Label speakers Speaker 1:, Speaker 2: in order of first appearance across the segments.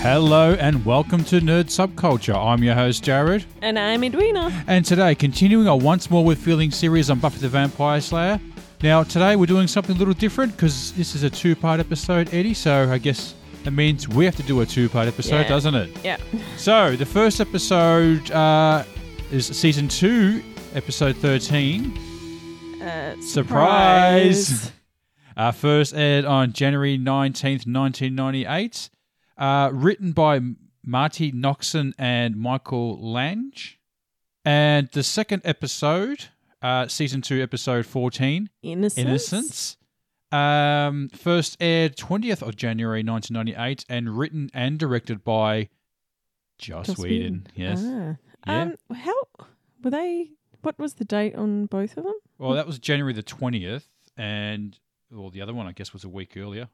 Speaker 1: Hello and welcome to Nerd Subculture. I'm your host, Jared.
Speaker 2: And I'm Edwina.
Speaker 1: And today, continuing our Once More We're Feeling series on Buffy the Vampire Slayer. Now, today we're doing something a little different because this is a two part episode, Eddie. So I guess that means we have to do a two part episode,
Speaker 2: Yeah.
Speaker 1: doesn't it?
Speaker 2: Yeah.
Speaker 1: So the first episode uh, is season two, episode 13.
Speaker 2: Uh,
Speaker 1: Surprise! Uh, first aired on January 19th, 1998. Uh, written by Marty Noxon and Michael Lange. And the second episode, uh, season 2, episode 14,
Speaker 2: Innocence.
Speaker 1: Innocence. Um, first aired 20th of January 1998 and written and directed by Joss,
Speaker 2: Joss
Speaker 1: Whedon. Oh, Yes.
Speaker 2: Ah.
Speaker 1: Yeah.
Speaker 2: Um, how were they? What was the date on both of them?
Speaker 1: Well, that was January the 20th, and well, the other one, I guess, was a week earlier.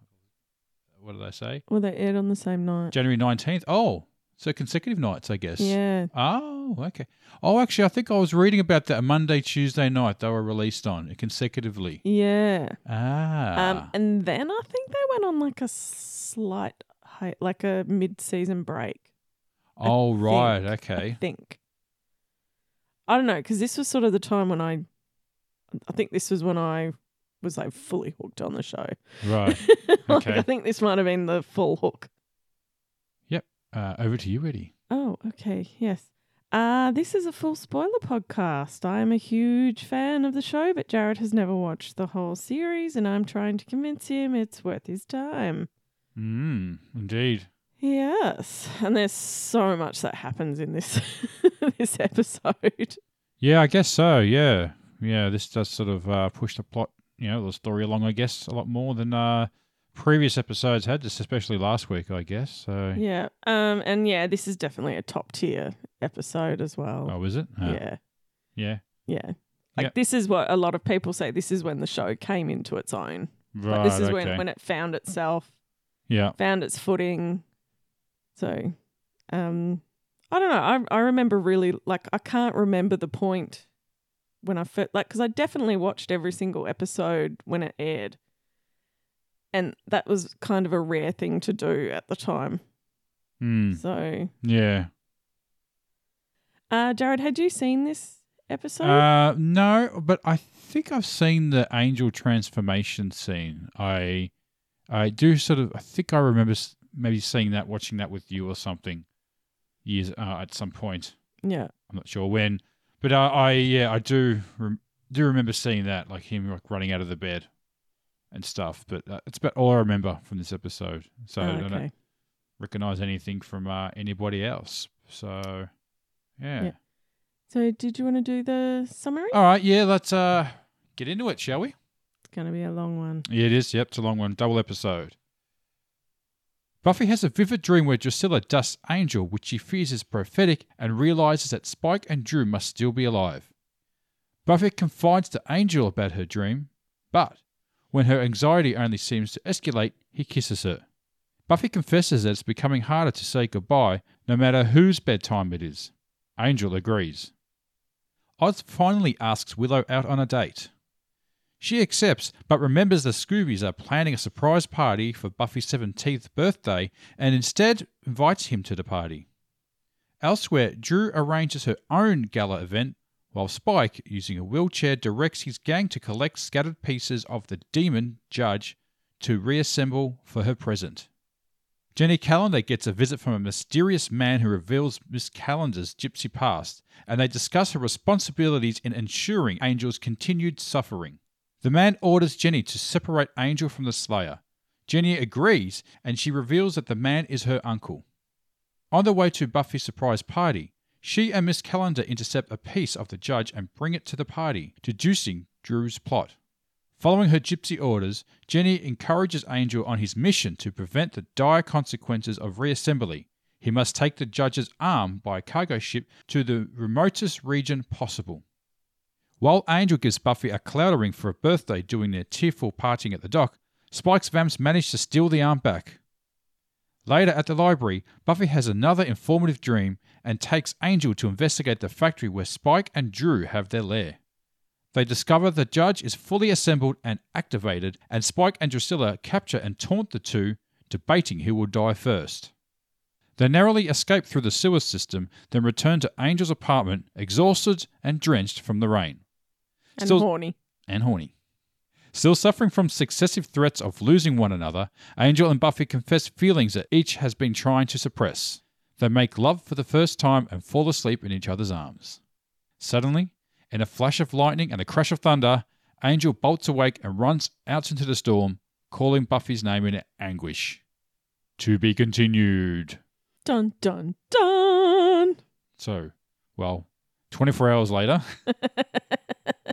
Speaker 1: What did I say?
Speaker 2: Were they aired on the same night?
Speaker 1: January 19th. Oh, so consecutive nights, I guess.
Speaker 2: Yeah.
Speaker 1: Oh, okay. Oh, actually, I think I was reading about that Monday, Tuesday night they were released on consecutively.
Speaker 2: Yeah.
Speaker 1: Ah.
Speaker 2: Um, and then I think they went on like a slight, hi- like a mid-season break.
Speaker 1: oh, right.
Speaker 2: think. I
Speaker 1: Okay.
Speaker 2: think. I don't know because this was sort of the time when I, I think this was when I was like fully hooked on the show.
Speaker 1: Right.
Speaker 2: like,
Speaker 1: Oh, Okay.
Speaker 2: I think this might have been the full hook.
Speaker 1: Uh, over to you, Eddie.
Speaker 2: Oh, okay. Yes. Uh, this is a full spoiler podcast. I'm a huge fan of the show, but Jared has never watched the whole series, and I'm trying to convince him it's worth his time.
Speaker 1: Mm, indeed.
Speaker 2: Yes. And there's so much that happens in this this episode.
Speaker 1: Yeah, I guess so. Yeah. Yeah, this does sort of uh, push the plot, you know, the story along, I guess, a lot more than uh, previous episodes had, just especially last week, I guess. So.
Speaker 2: Yeah. Um and yeah, this is definitely a top tier episode as well.
Speaker 1: Oh, is it? Ah,
Speaker 2: Yeah.
Speaker 1: Yeah.
Speaker 2: Yeah. Like
Speaker 1: Yeah.
Speaker 2: this is what a lot of people say this is when the show came into its own.
Speaker 1: Right.
Speaker 2: Like this is
Speaker 1: okay.
Speaker 2: when when it found itself
Speaker 1: yeah.
Speaker 2: found its footing. So, um, I don't know. I I remember really like I can't remember the point when I first like because I definitely watched every single episode when it aired, and that was kind of a rare thing to do at the time.
Speaker 1: Mm,
Speaker 2: So,
Speaker 1: yeah.
Speaker 2: uh, Jared, had you seen this episode?
Speaker 1: Uh, no, but I think I've seen the angel transformation scene. I, I do sort of. I think I remember s- maybe seeing that, watching that with you or something, years uh, at some point.
Speaker 2: yeah,
Speaker 1: I'm not sure when, but I, I yeah, I do rem- do remember seeing that, like him like running out of the bed and stuff. But uh, it's about all I remember from this episode. So
Speaker 2: Oh,
Speaker 1: I don't
Speaker 2: okay.
Speaker 1: recognize anything from uh, anybody else. So yeah.
Speaker 2: Yeah. So, did you want to do the summary?
Speaker 1: All right, yeah, let's uh get into it, shall we?
Speaker 2: It's going to be a long one.
Speaker 1: Yeah, it is. Yep, it's a long one. Double episode. Buffy has a vivid dream where Drusilla dusts Angel, which she fears is prophetic, and realizes that Spike and Drew must still be alive. Buffy confides to Angel about her dream, but when her anxiety only seems to escalate, he kisses her. Buffy confesses that it's becoming harder to say goodbye, no matter whose bedtime it is. Angel agrees. Oz finally asks Willow out on a date. She accepts, but remembers the Scoobies are planning a surprise party for Buffy's 17th birthday and instead invites him to the party. Elsewhere, Drew arranges her own gala event, while Spike, using a wheelchair, directs his gang to collect scattered pieces of the demon judge to reassemble for her present. Jenny Calendar gets a visit from a mysterious man who reveals Miss Calendar's gypsy past, and they discuss her responsibilities in ensuring Angel's continued suffering. The man orders Jenny to separate Angel from the Slayer. Jenny agrees, and she reveals that the man is her uncle. On the way to Buffy's surprise party, she and Miss Calendar intercept a piece of the judge and bring it to the party, deducing Drew's plot. Following her gypsy orders, Jenny encourages Angel on his mission to prevent the dire consequences of reassembly. He must take the judge's arm by a cargo ship to the remotest region possible. While Angel gives Buffy a cloud ring for her birthday during their tearful parting at the dock, Spike's vamps manage to steal the arm back. Later at the library, Buffy has another informative dream and takes Angel to investigate the factory where Spike and Drew have their lair. They discover the judge is fully assembled and activated, and Spike and Drusilla capture and taunt the two, debating who will die first. They narrowly escape through the sewer system, then return to Angel's apartment, exhausted and drenched from the rain
Speaker 2: and
Speaker 1: Still-
Speaker 2: horny.
Speaker 1: and horny. Still suffering from successive threats of losing one another, Angel and Buffy confess feelings that each has been trying to suppress. They make love for the first time and fall asleep in each other's arms. Suddenly, in a flash of lightning and a crash of thunder, Angel bolts awake and runs out into the storm, calling Buffy's name in anguish. To be continued.
Speaker 2: Dun dun dun.
Speaker 1: So, well, 24 hours later,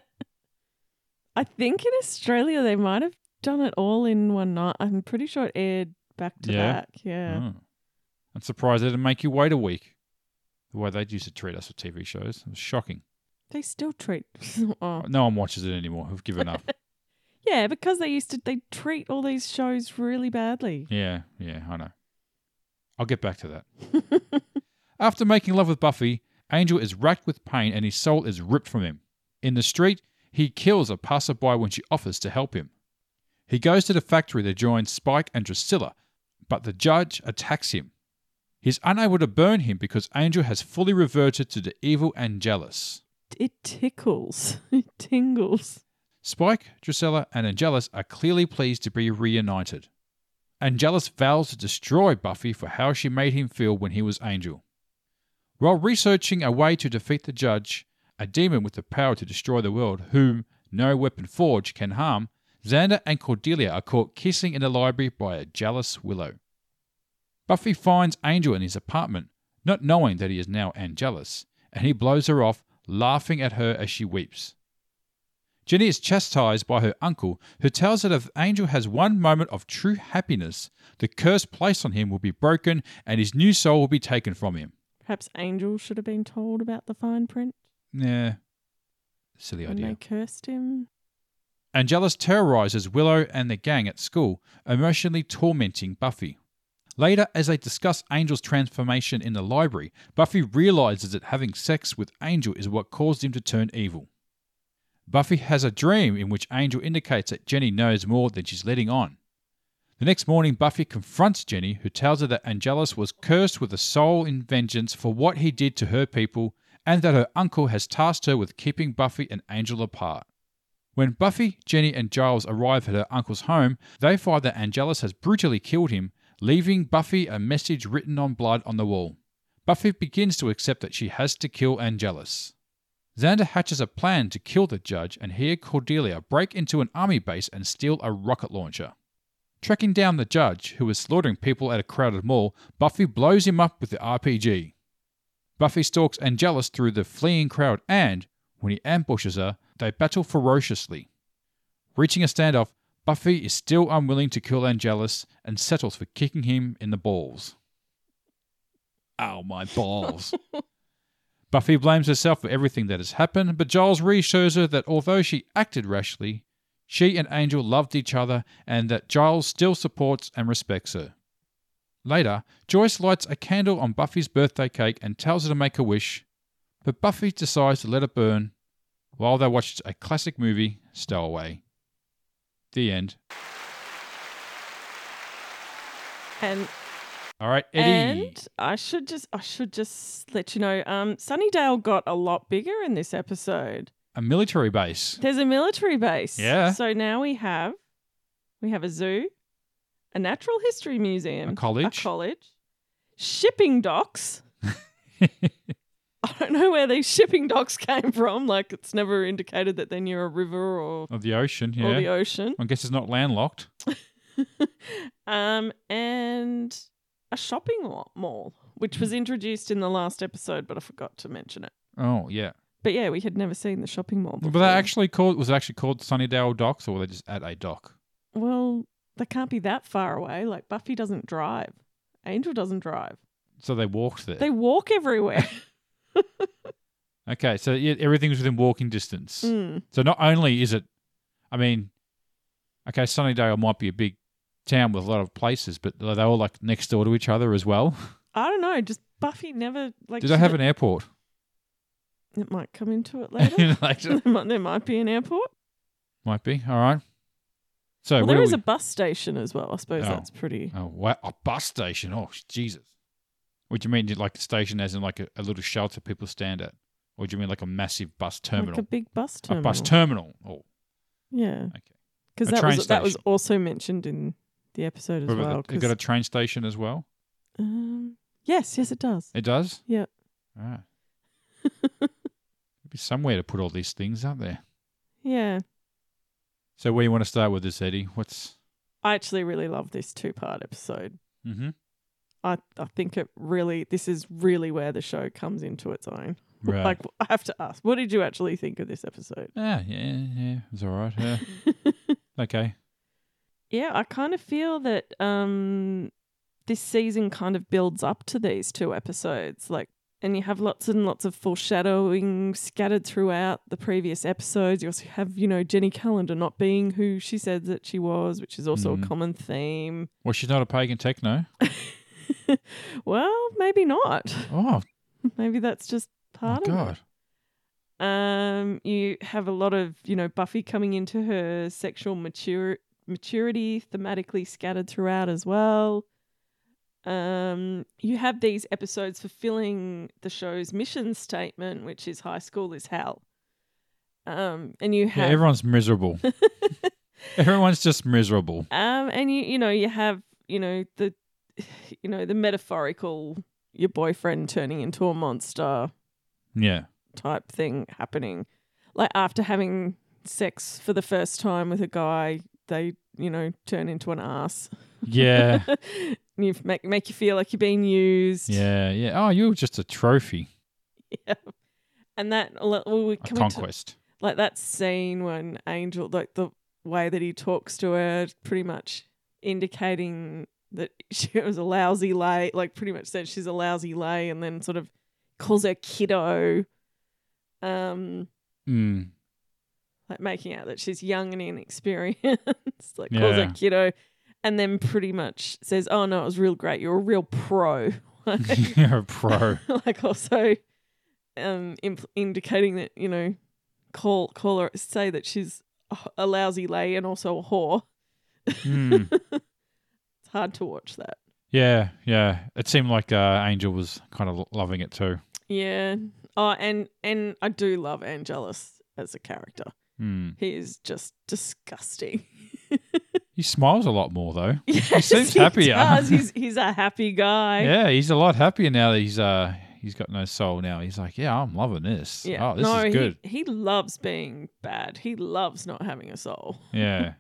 Speaker 2: I think in Australia they might have done it all in one night. I'm pretty sure it aired back to
Speaker 1: Yeah.
Speaker 2: back. Yeah.
Speaker 1: Oh. I'm surprised they didn't make you wait a week. The way they used to treat us with TV shows. It was shocking.
Speaker 2: They still treat oh.
Speaker 1: No one watches it anymore. I've given up.
Speaker 2: Yeah, because they used to they treat all these shows really badly.
Speaker 1: yeah, yeah, I know. I'll get back to that. After making love with Buffy, Angel is racked with pain and his soul is ripped from him. In the street, he kills a passerby when she offers to help him. He goes to the factory to join Spike and Drusilla, but the judge attacks him. He's unable to burn him because Angel has fully reverted to the evil and jealous.
Speaker 2: It tickles. It tingles.
Speaker 1: Spike, Drusilla, and Angelus are clearly pleased to be reunited. Angelus vows to destroy Buffy for how she made him feel when he was Angel. While researching a way to defeat the Judge, a demon with the power to destroy the world, whom no weapon forged can harm, Xander and Cordelia are caught kissing in the library by a jealous Willow. Buffy finds Angel in his apartment, not knowing that he is now Angelus, and he blows her off, laughing at her as she weeps. Jenny is chastised by her uncle, who tells her that if Angel has one moment of true happiness, the curse placed on him will be broken and his new soul will be taken from him.
Speaker 2: Perhaps Angel should have been told about the fine print
Speaker 1: Yeah. Silly
Speaker 2: when they
Speaker 1: idea.
Speaker 2: cursed him.
Speaker 1: Angelus terrorizes Willow and the gang at school, emotionally tormenting Buffy. Later, as they discuss Angel's transformation in the library, Buffy realizes that having sex with Angel is what caused him to turn evil. Buffy has a dream in which Angel indicates that Jenny knows more than she's letting on. The next morning, Buffy confronts Jenny, who tells her that Angelus was cursed with a soul in vengeance for what he did to her people, and that her uncle has tasked her with keeping Buffy and Angel apart. When Buffy, Jenny, and Giles arrive at her uncle's home, they find that Angelus has brutally killed him, leaving Buffy a message written on blood on the wall. Buffy begins to accept that she has to kill Angelus. Xander hatches a plan to kill the judge and hear Cordelia break into an army base and steal a rocket launcher. Tracking down the judge, who is slaughtering people at a crowded mall, Buffy blows him up with the RPG. Buffy stalks Angelus through the fleeing crowd and, when he ambushes her, they battle ferociously. Reaching a standoff, Buffy is still unwilling to kill Angelus and settles for kicking him in the balls. Ow, my balls. Buffy blames herself for everything that has happened, but Giles reassures her that although she acted rashly, she and Angel loved each other and that Giles still supports and respects her. Later, Joyce lights a candle on Buffy's birthday cake and tells her to make a wish, but Buffy decides to let it burn while they watched a classic movie, Stowaway. The end.
Speaker 2: And
Speaker 1: All right, Eddie.
Speaker 2: and I should just I should just let you know, um, Sunnydale got a lot bigger in this episode.
Speaker 1: A military base.
Speaker 2: There's a military base.
Speaker 1: Yeah.
Speaker 2: So now we have we have a zoo, a natural history museum,
Speaker 1: A college.
Speaker 2: a college, shipping docks. I don't know where these shipping docks came from. Like it's never indicated that they're near a river or,
Speaker 1: Of the ocean,
Speaker 2: or
Speaker 1: yeah.
Speaker 2: the ocean.
Speaker 1: I guess it's not landlocked.
Speaker 2: Um, and a shopping wa- mall, which was introduced in the last episode, but I forgot to mention it.
Speaker 1: Oh, yeah.
Speaker 2: But yeah, we had never seen the shopping mall.
Speaker 1: But
Speaker 2: before.
Speaker 1: they actually called was it actually called Sunnydale Docks or were they just at a dock?
Speaker 2: well, they can't be that far away. Like Buffy doesn't drive, Angel doesn't drive.
Speaker 1: So they walked there.
Speaker 2: They walk everywhere.
Speaker 1: okay, so yeah, everything's within walking distance.
Speaker 2: Mm.
Speaker 1: So not only is it, I mean, okay, Sunnydale might be a big town with a lot of places, but are they all like next door to each other as well?
Speaker 2: I don't know. Just Buffy never like.
Speaker 1: Do they have
Speaker 2: it?
Speaker 1: an airport?
Speaker 2: It might come into it later.
Speaker 1: Later.
Speaker 2: there, might, there might be an airport.
Speaker 1: Might be. All right. So
Speaker 2: Well,
Speaker 1: where
Speaker 2: there
Speaker 1: do
Speaker 2: is
Speaker 1: we?
Speaker 2: a bus station as well. I suppose
Speaker 1: Oh.
Speaker 2: that's pretty.
Speaker 1: oh, wow, a bus station. Oh, Jesus. What do you mean, like a station as in like a, a little shelter people stand at? Or do you mean like a massive bus terminal?
Speaker 2: Like a big bus
Speaker 1: a,
Speaker 2: terminal.
Speaker 1: bus terminal. Oh,
Speaker 2: Yeah.
Speaker 1: okay.
Speaker 2: Because
Speaker 1: A
Speaker 2: that
Speaker 1: train
Speaker 2: was that was
Speaker 1: station.
Speaker 2: also mentioned in the episode as
Speaker 1: What about
Speaker 2: well.
Speaker 1: the- you
Speaker 2: 'cause,
Speaker 1: got a train station as well?
Speaker 2: um, yes, yes, it does.
Speaker 1: It does?
Speaker 2: Yeah.
Speaker 1: Ah. There'd be somewhere to put all these things, aren't there?
Speaker 2: Yeah,
Speaker 1: So where do you want to start with this, Eddie? What's
Speaker 2: I actually really love this two part episode.
Speaker 1: mm-hmm.
Speaker 2: I I think it really this is really where the show comes into its own.
Speaker 1: right?
Speaker 2: Like I have to ask, what did you actually think of this episode?
Speaker 1: ah, yeah, yeah, it's all right. Yeah. okay.
Speaker 2: Yeah, I kind of feel that um this season kind of builds up to these two episodes like and you have lots and lots of foreshadowing scattered throughout the previous episodes. You also have, you know, Jenny Calendar not being who she said that she was, which is also
Speaker 1: Mhm.
Speaker 2: a common theme.
Speaker 1: Well, she's not a pagan techno.
Speaker 2: Well, maybe not.
Speaker 1: Oh,
Speaker 2: Maybe that's just
Speaker 1: my
Speaker 2: part of it.
Speaker 1: God.
Speaker 2: Um, you have a lot of you know Buffy coming into her sexual mature maturity thematically scattered throughout as well. Um, you have these episodes fulfilling the show's mission statement, which is high school is hell. Um, and you
Speaker 1: Yeah,
Speaker 2: have
Speaker 1: everyone's miserable. everyone's just miserable.
Speaker 2: um, and you you know you have you know the you know the metaphorical your boyfriend turning into a monster.
Speaker 1: Yeah.
Speaker 2: type thing happening. Like after having sex for the first time with a guy, they, you know, turn into an ass.
Speaker 1: Yeah.
Speaker 2: And you make make you feel like you're being used.
Speaker 1: Yeah. Yeah. Oh, you're just a trophy,
Speaker 2: Yeah. And that well, we
Speaker 1: a
Speaker 2: come into,
Speaker 1: conquest.
Speaker 2: like that scene when Angel like the way that he talks to her pretty much indicating that she was a lousy lay, like pretty much said she's a lousy lay and then sort of calls her kiddo. Um
Speaker 1: Mm.
Speaker 2: like making out that she's young and inexperienced, like calls
Speaker 1: Yeah.
Speaker 2: her kiddo, and then pretty much says, "Oh no, it was real great. You're a real pro." Like,
Speaker 1: you're a pro.
Speaker 2: like also, um, imp- indicating that you know, call call her say that she's a- a lousy lay and also a whore.
Speaker 1: Mm.
Speaker 2: It's hard to watch that.
Speaker 1: Yeah, yeah. It seemed like uh, Angel was kind of lo- loving it too.
Speaker 2: Yeah. Oh, and and I do love Angelus as a character.
Speaker 1: Mm.
Speaker 2: He is just disgusting.
Speaker 1: He smiles a lot more though.
Speaker 2: Yes,
Speaker 1: seems
Speaker 2: he
Speaker 1: happier.
Speaker 2: does. He's he's a happy guy.
Speaker 1: Yeah, he's a lot happier now that he's uh he's got no soul now. He's like, yeah, I'm loving this. Oh, this
Speaker 2: no,
Speaker 1: is good.
Speaker 2: He, he loves being bad. He loves not having a soul.
Speaker 1: Yeah,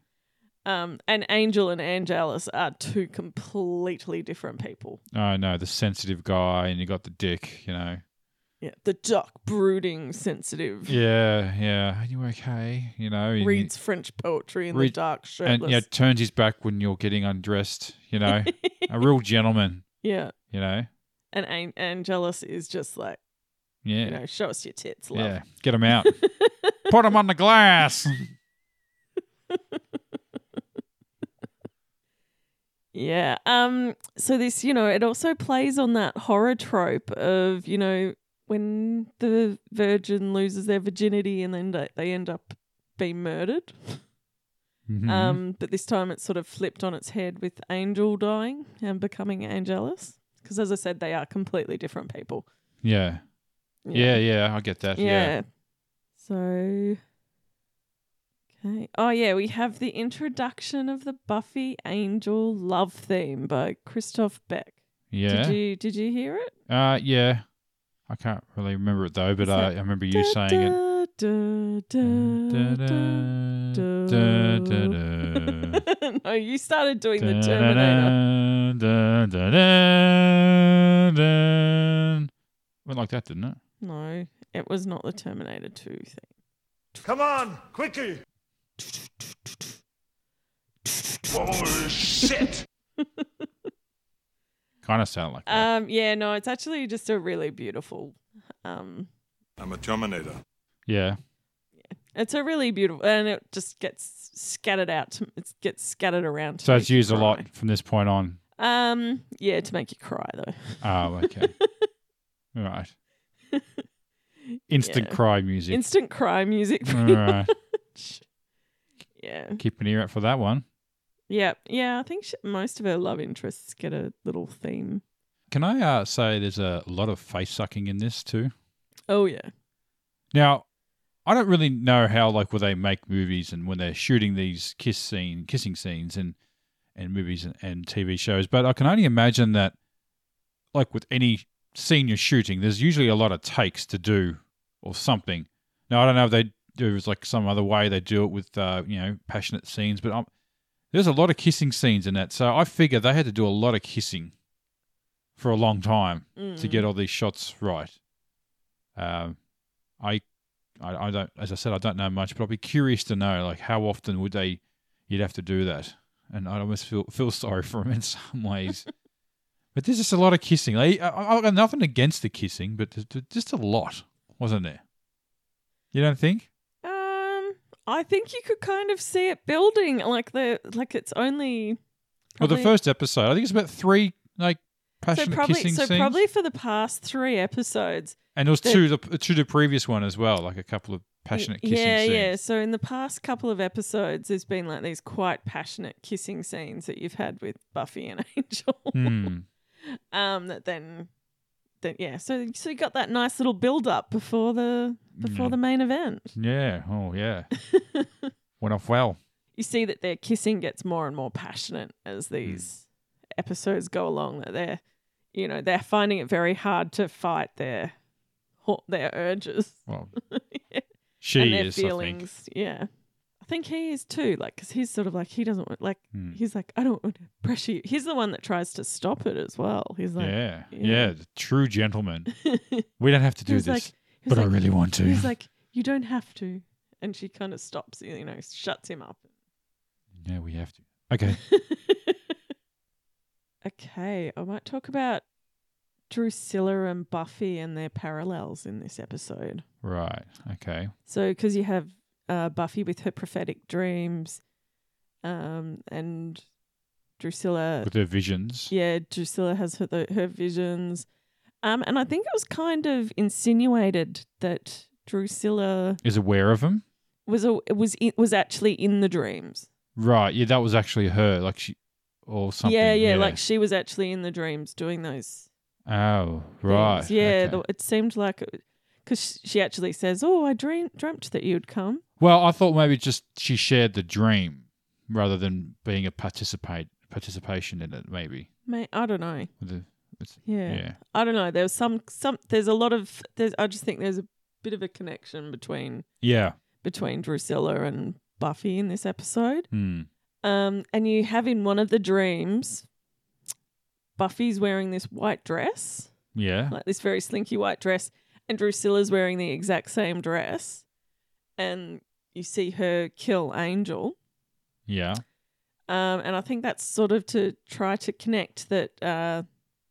Speaker 2: Um, and Angel and Angelus are two completely different people.
Speaker 1: oh no, the sensitive guy, and you got the dick. You know.
Speaker 2: Yeah, the duck brooding, sensitive,
Speaker 1: Yeah, yeah. Are you okay? You know. and-
Speaker 2: reads French poetry in
Speaker 1: Read-
Speaker 2: the dark
Speaker 1: and
Speaker 2: shirtless.
Speaker 1: yeah, turns his back when you're getting undressed. You know, a real gentleman.
Speaker 2: yeah,
Speaker 1: You know.
Speaker 2: and An- Angelus is just like
Speaker 1: Yeah.
Speaker 2: you know, show us your tits, love. Um,
Speaker 1: yeah. Get him out. Put him on the glass.
Speaker 2: Yeah. Um so this, you know, it also plays on that horror trope of, you know, when the virgin loses their virginity and then they- they end up being murdered.
Speaker 1: Mhm.
Speaker 2: Um but this time it's sort of flipped on its head with Angel dying and becoming Angelus because as I said they are completely different people.
Speaker 1: yeah. Yeah. Yeah. I get that. Yeah.
Speaker 2: Yeah. So Okay. Oh yeah, we have the introduction of the Buffy Angel love theme by Christoph Beck.
Speaker 1: Yeah.
Speaker 2: Did you did you hear it?
Speaker 1: Uh, yeah. I can't really remember it though, but
Speaker 2: Is
Speaker 1: I, I
Speaker 2: that-
Speaker 1: remember you
Speaker 2: Da,
Speaker 1: saying it.
Speaker 2: da, da, da, da,
Speaker 1: Da-da-da,
Speaker 2: da. no, you started doing the Terminator.
Speaker 1: da-da-da, da-da-da-da. Went like that, didn't it?
Speaker 2: No, it was not the Terminator 2 thing.
Speaker 3: Come on, quickly! Bullshit!
Speaker 1: Kind of sounded like that.
Speaker 2: Um, yeah, no, it's actually just a really beautiful. Um,
Speaker 3: I'm a Terminator.
Speaker 1: Yeah.
Speaker 2: it's a really beautiful, and it just gets scattered out. To, it gets scattered around. To
Speaker 1: So
Speaker 2: make
Speaker 1: it's
Speaker 2: you
Speaker 1: used a lot
Speaker 2: cry.
Speaker 1: from this point on.
Speaker 2: Um, yeah, to make you cry though.
Speaker 1: Oh, okay. All right. Instant
Speaker 2: Yeah.
Speaker 1: cry music.
Speaker 2: Instant cry music.
Speaker 1: All right.
Speaker 2: yeah.
Speaker 1: Keep an ear out for that one.
Speaker 2: Yeah, yeah. I think sh most of her love interests get a little theme.
Speaker 1: Can I uh, say there's a lot of face sucking in this too?
Speaker 2: Oh yeah.
Speaker 1: Now, I don't really know how like when they make movies and when they're shooting these kiss scene, kissing scenes and and movies and, and TV shows, but I can only imagine that like with any scene you're shooting, there's usually a lot of takes to do or something. Now I don't know if they do it like some other way they do it with uh, you know passionate scenes, but i there's a lot of kissing scenes in that, so I figure they had to do a lot of kissing for a long time
Speaker 2: Mm.
Speaker 1: to get all these shots right. Um, I, I, I don't. As I said, I don't know much, but I'd be curious to know, like, how often would they, you'd have to do that? And I almost feel feel sorry for them in some ways. but there's just a lot of kissing. Like, I, I- I've got nothing against the kissing, but there's- there's just a lot, wasn't there? You don't think?
Speaker 2: Um, I think you could kind of see it building, like the like it's only.
Speaker 1: Well, the
Speaker 2: probably-
Speaker 1: first episode, I think it's about three like
Speaker 2: So
Speaker 1: passionate
Speaker 2: probably
Speaker 1: kissing
Speaker 2: so
Speaker 1: scenes,
Speaker 2: probably for the past three episodes.
Speaker 1: and there was
Speaker 2: the-
Speaker 1: two the two the previous one as well, like a couple of passionate kissing
Speaker 2: yeah,
Speaker 1: scenes.
Speaker 2: yeah. So in the past couple of episodes, there's been like these quite passionate kissing scenes that you've had with Buffy and Angel.
Speaker 1: Hmm.
Speaker 2: um, that then, then yeah. So so you got that nice little build up before the before
Speaker 1: Yeah.
Speaker 2: the main event.
Speaker 1: Yeah. Oh, yeah. Went off well.
Speaker 2: you see that their kissing gets more and more passionate as
Speaker 1: Hmm.
Speaker 2: these episodes go along that they're you know they're finding it very hard to fight their ho- their urges
Speaker 1: Well,
Speaker 2: Yeah.
Speaker 1: she
Speaker 2: and their
Speaker 1: is.
Speaker 2: feelings yeah i think he is too like because he's sort of like he doesn't want like
Speaker 1: I think. Hmm.
Speaker 2: he's like i don't want to pressure you he's the one that tries to stop it as well he's like
Speaker 1: yeah.
Speaker 2: yeah.
Speaker 1: yeah. The true gentleman. We don't have to
Speaker 2: he
Speaker 1: do
Speaker 2: was
Speaker 1: this,
Speaker 2: like, he was
Speaker 1: but I
Speaker 2: like-
Speaker 1: really want to.
Speaker 2: he's like you don't have to and she kind of stops you know shuts him up
Speaker 1: yeah, we have to. Okay.
Speaker 2: okay, I might talk about Drusilla and Buffy and their parallels in this episode.
Speaker 1: right. Okay.
Speaker 2: So, because you have uh, Buffy with her prophetic dreams, um, and Drusilla,
Speaker 1: With her visions.
Speaker 2: Uh, yeah, Drusilla has her the, her visions, um, and I think it was kind of insinuated that Drusilla
Speaker 1: Is aware of him.
Speaker 2: was a, was in, was actually in the dreams.
Speaker 1: Right. Yeah, that was actually her. Like she, or something.
Speaker 2: Yeah, yeah, like she was actually in the dreams doing those
Speaker 1: oh,
Speaker 2: things.
Speaker 1: right.
Speaker 2: Yeah,
Speaker 1: okay.
Speaker 2: the, it seemed like because she actually says, "Oh, I dream dreamt that you'd come."
Speaker 1: well, I thought maybe just she shared the dream rather than being a participate participation in it. Maybe.
Speaker 2: Mate, I don't know.
Speaker 1: With the, it's,
Speaker 2: Yeah.
Speaker 1: yeah.
Speaker 2: I don't know. There was some some. There's a lot of. There's. I just think there's a bit of a connection between
Speaker 1: Yeah.
Speaker 2: between Drusilla and Buffy in this episode.
Speaker 1: Hmm.
Speaker 2: Um, and you have in one of the dreams, Buffy's wearing this white dress,
Speaker 1: Yeah.
Speaker 2: like this very slinky white dress, and Drusilla's wearing the exact same dress, and you see her kill Angel.
Speaker 1: yeah.
Speaker 2: Um, and I think that's sort of to try to connect that uh,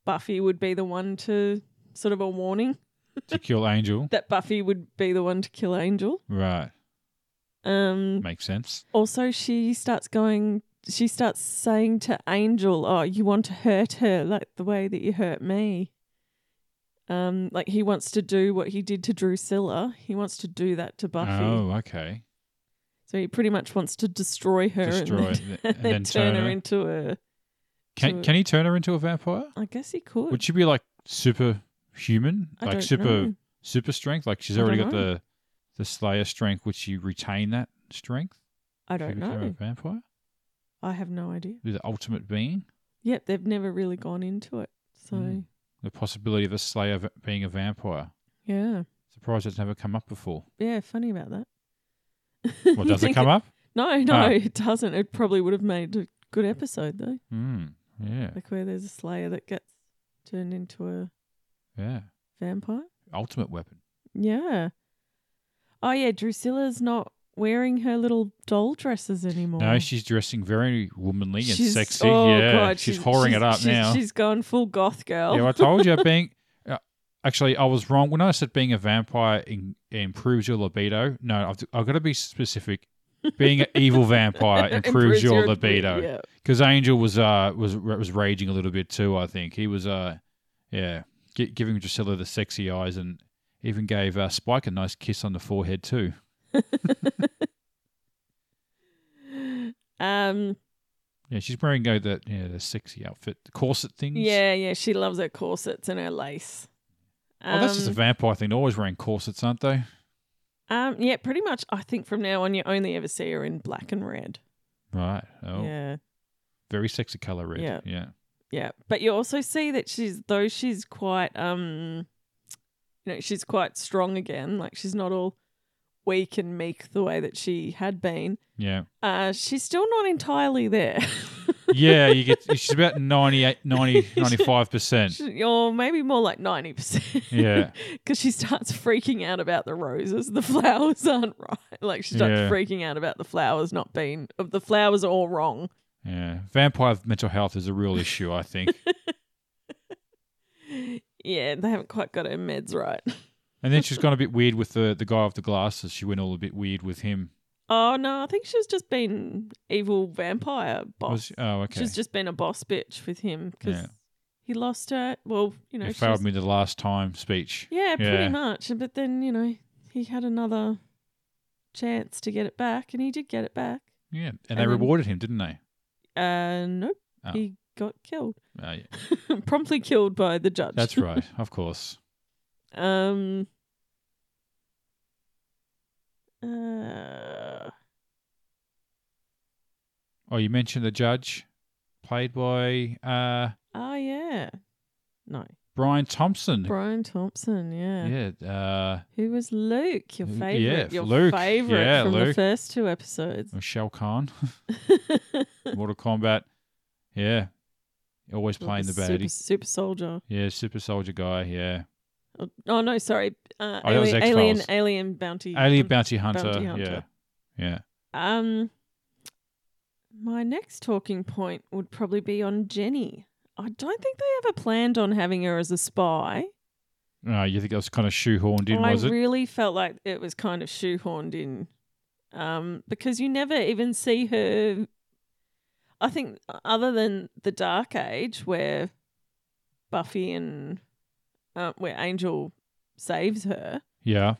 Speaker 2: Buffy would be the one to sort of a warning
Speaker 1: To kill Angel.
Speaker 2: that Buffy would be the one to kill Angel.
Speaker 1: Right.
Speaker 2: Um,
Speaker 1: Makes sense.
Speaker 2: also, she starts going, she starts saying to Angel, Oh, you want to hurt her like the way that you hurt me. Um, like he wants to do what he did to Drusilla, he wants to do that to Buffy.
Speaker 1: Oh, okay.
Speaker 2: So he pretty much wants to destroy her
Speaker 1: Destroy
Speaker 2: and
Speaker 1: it
Speaker 2: then,
Speaker 1: and
Speaker 2: and then turn her into a.
Speaker 1: Can
Speaker 2: to-
Speaker 1: can he turn her into a vampire?
Speaker 2: I guess he could.
Speaker 1: Would she be like super human?
Speaker 2: I
Speaker 1: Like
Speaker 2: don't
Speaker 1: super
Speaker 2: know.
Speaker 1: super strength? Like she's
Speaker 2: I
Speaker 1: already
Speaker 2: don't
Speaker 1: got
Speaker 2: know.
Speaker 1: the the Slayer strength, would she retain that strength?
Speaker 2: I
Speaker 1: if she
Speaker 2: don't
Speaker 1: became
Speaker 2: know.
Speaker 1: A vampire?
Speaker 2: I have no idea.
Speaker 1: Be the ultimate being?
Speaker 2: Yep, they've never really gone into it. So
Speaker 1: Mm. The possibility of a Slayer v- being a vampire.
Speaker 2: yeah,
Speaker 1: Surprised it's never come up before.
Speaker 2: yeah, funny about that.
Speaker 1: Well, does it come up?
Speaker 2: No, no,
Speaker 1: Ah.
Speaker 2: it doesn't. It probably would have made a good episode though,
Speaker 1: Hmm. Yeah.
Speaker 2: like where there's a Slayer that gets turned into a
Speaker 1: Yeah.
Speaker 2: vampire.
Speaker 1: Ultimate weapon.
Speaker 2: Yeah. Oh yeah, Drusilla's not wearing her little doll dresses anymore.
Speaker 1: No, she's dressing very womanly and
Speaker 2: Oh. She's-
Speaker 1: sexy.
Speaker 2: oh,
Speaker 1: yeah.
Speaker 2: God,
Speaker 1: she's, whoring it up
Speaker 2: she's-
Speaker 1: now.
Speaker 2: She's gone full goth girl.
Speaker 1: Yeah, I told you being. uh, Actually, I was wrong when I said being a vampire in, improves your libido. No, I've, I've got to be specific. Being an evil vampire improves, your, libido
Speaker 2: Yeah.
Speaker 1: because Angel was uh was was raging a little bit too. I think he was uh yeah gi- giving Drusilla the sexy eyes and even gave uh, Spike a nice kiss on the forehead too.
Speaker 2: Um,
Speaker 1: Yeah, she's wearing uh, that yeah, the sexy outfit, the corset things.
Speaker 2: Yeah, yeah. She loves her corsets and her lace.
Speaker 1: Oh, that's just a
Speaker 2: Um,
Speaker 1: vampire thing. They're always wearing corsets, aren't they?
Speaker 2: um, yeah, pretty much. I think from now on, you only ever see her in black and red.
Speaker 1: Right. Oh,
Speaker 2: Yeah,
Speaker 1: very sexy color red.
Speaker 2: Yeah.
Speaker 1: yeah.
Speaker 2: yeah. But you also see that she's though she's quite um, you know, she's quite strong again. Like she's not all weak and meek the way that she had been.
Speaker 1: yeah.
Speaker 2: Uh, she's still not entirely there.
Speaker 1: yeah, you get she's about 98, 90, 95%.
Speaker 2: She- or maybe more like 90%.
Speaker 1: Yeah.
Speaker 2: Because she starts freaking out about the roses. The flowers aren't right. Like she starts
Speaker 1: Yeah.
Speaker 2: freaking out about the flowers not being, of the flowers are all wrong.
Speaker 1: Yeah. Vampire mental health is a real issue, I think.
Speaker 2: Yeah, they haven't quite got her meds right.
Speaker 1: And then she's gone a bit weird with the, the guy with the glasses. She went all a bit weird with him.
Speaker 2: Oh, no, I think she's just been evil vampire boss.
Speaker 1: Was- oh, okay.
Speaker 2: She's just been a boss bitch with him because
Speaker 1: Yeah.
Speaker 2: he lost her. Well, you know,
Speaker 1: you
Speaker 2: she's-
Speaker 1: failed me the last time speech.
Speaker 2: Yeah,
Speaker 1: Yeah.
Speaker 2: pretty much. But then, you know, he had another chance to get it back and he did get it back.
Speaker 1: Yeah. And,
Speaker 2: And
Speaker 1: they
Speaker 2: then-
Speaker 1: rewarded him, didn't they?
Speaker 2: Uh nope.
Speaker 1: Oh.
Speaker 2: He got killed.
Speaker 1: Oh, yeah.
Speaker 2: Promptly killed by the judge.
Speaker 1: That's right. Of course.
Speaker 2: Um uh,
Speaker 1: Oh, you mentioned the judge played by uh,
Speaker 2: oh yeah. No.
Speaker 1: Brian Thompson.
Speaker 2: Brian Thompson, yeah.
Speaker 1: Yeah. Uh,
Speaker 2: Who was Luke, your
Speaker 1: Who- yeah,
Speaker 2: favorite? your
Speaker 1: Luke.
Speaker 2: favorite
Speaker 1: Yeah,
Speaker 2: from the
Speaker 1: Luke. Mm.
Speaker 2: first two episodes.
Speaker 1: Michelle Khan, Mortal Kombat. Yeah. Always playing the
Speaker 2: super,
Speaker 1: baddie.
Speaker 2: super soldier.
Speaker 1: Yeah, super soldier guy. Yeah,
Speaker 2: Oh, oh, no, sorry. Uh,
Speaker 1: Oh, that was
Speaker 2: alien, alien,
Speaker 1: X-Files.
Speaker 2: alien bounty.
Speaker 1: alien
Speaker 2: hunt-
Speaker 1: bounty hunter.
Speaker 2: Bounty
Speaker 1: Yeah,
Speaker 2: hunter.
Speaker 1: yeah.
Speaker 2: Um, my next talking point would probably be on Jenny. I don't think they ever planned on having her as a spy.
Speaker 1: No, you think that was kind of shoehorned in,
Speaker 2: I
Speaker 1: was it?
Speaker 2: really felt like it was kind of shoehorned in, um, because you never even see her. I think other than the Dark Age, where Buffy and uh, where Angel saves her,
Speaker 1: yeah,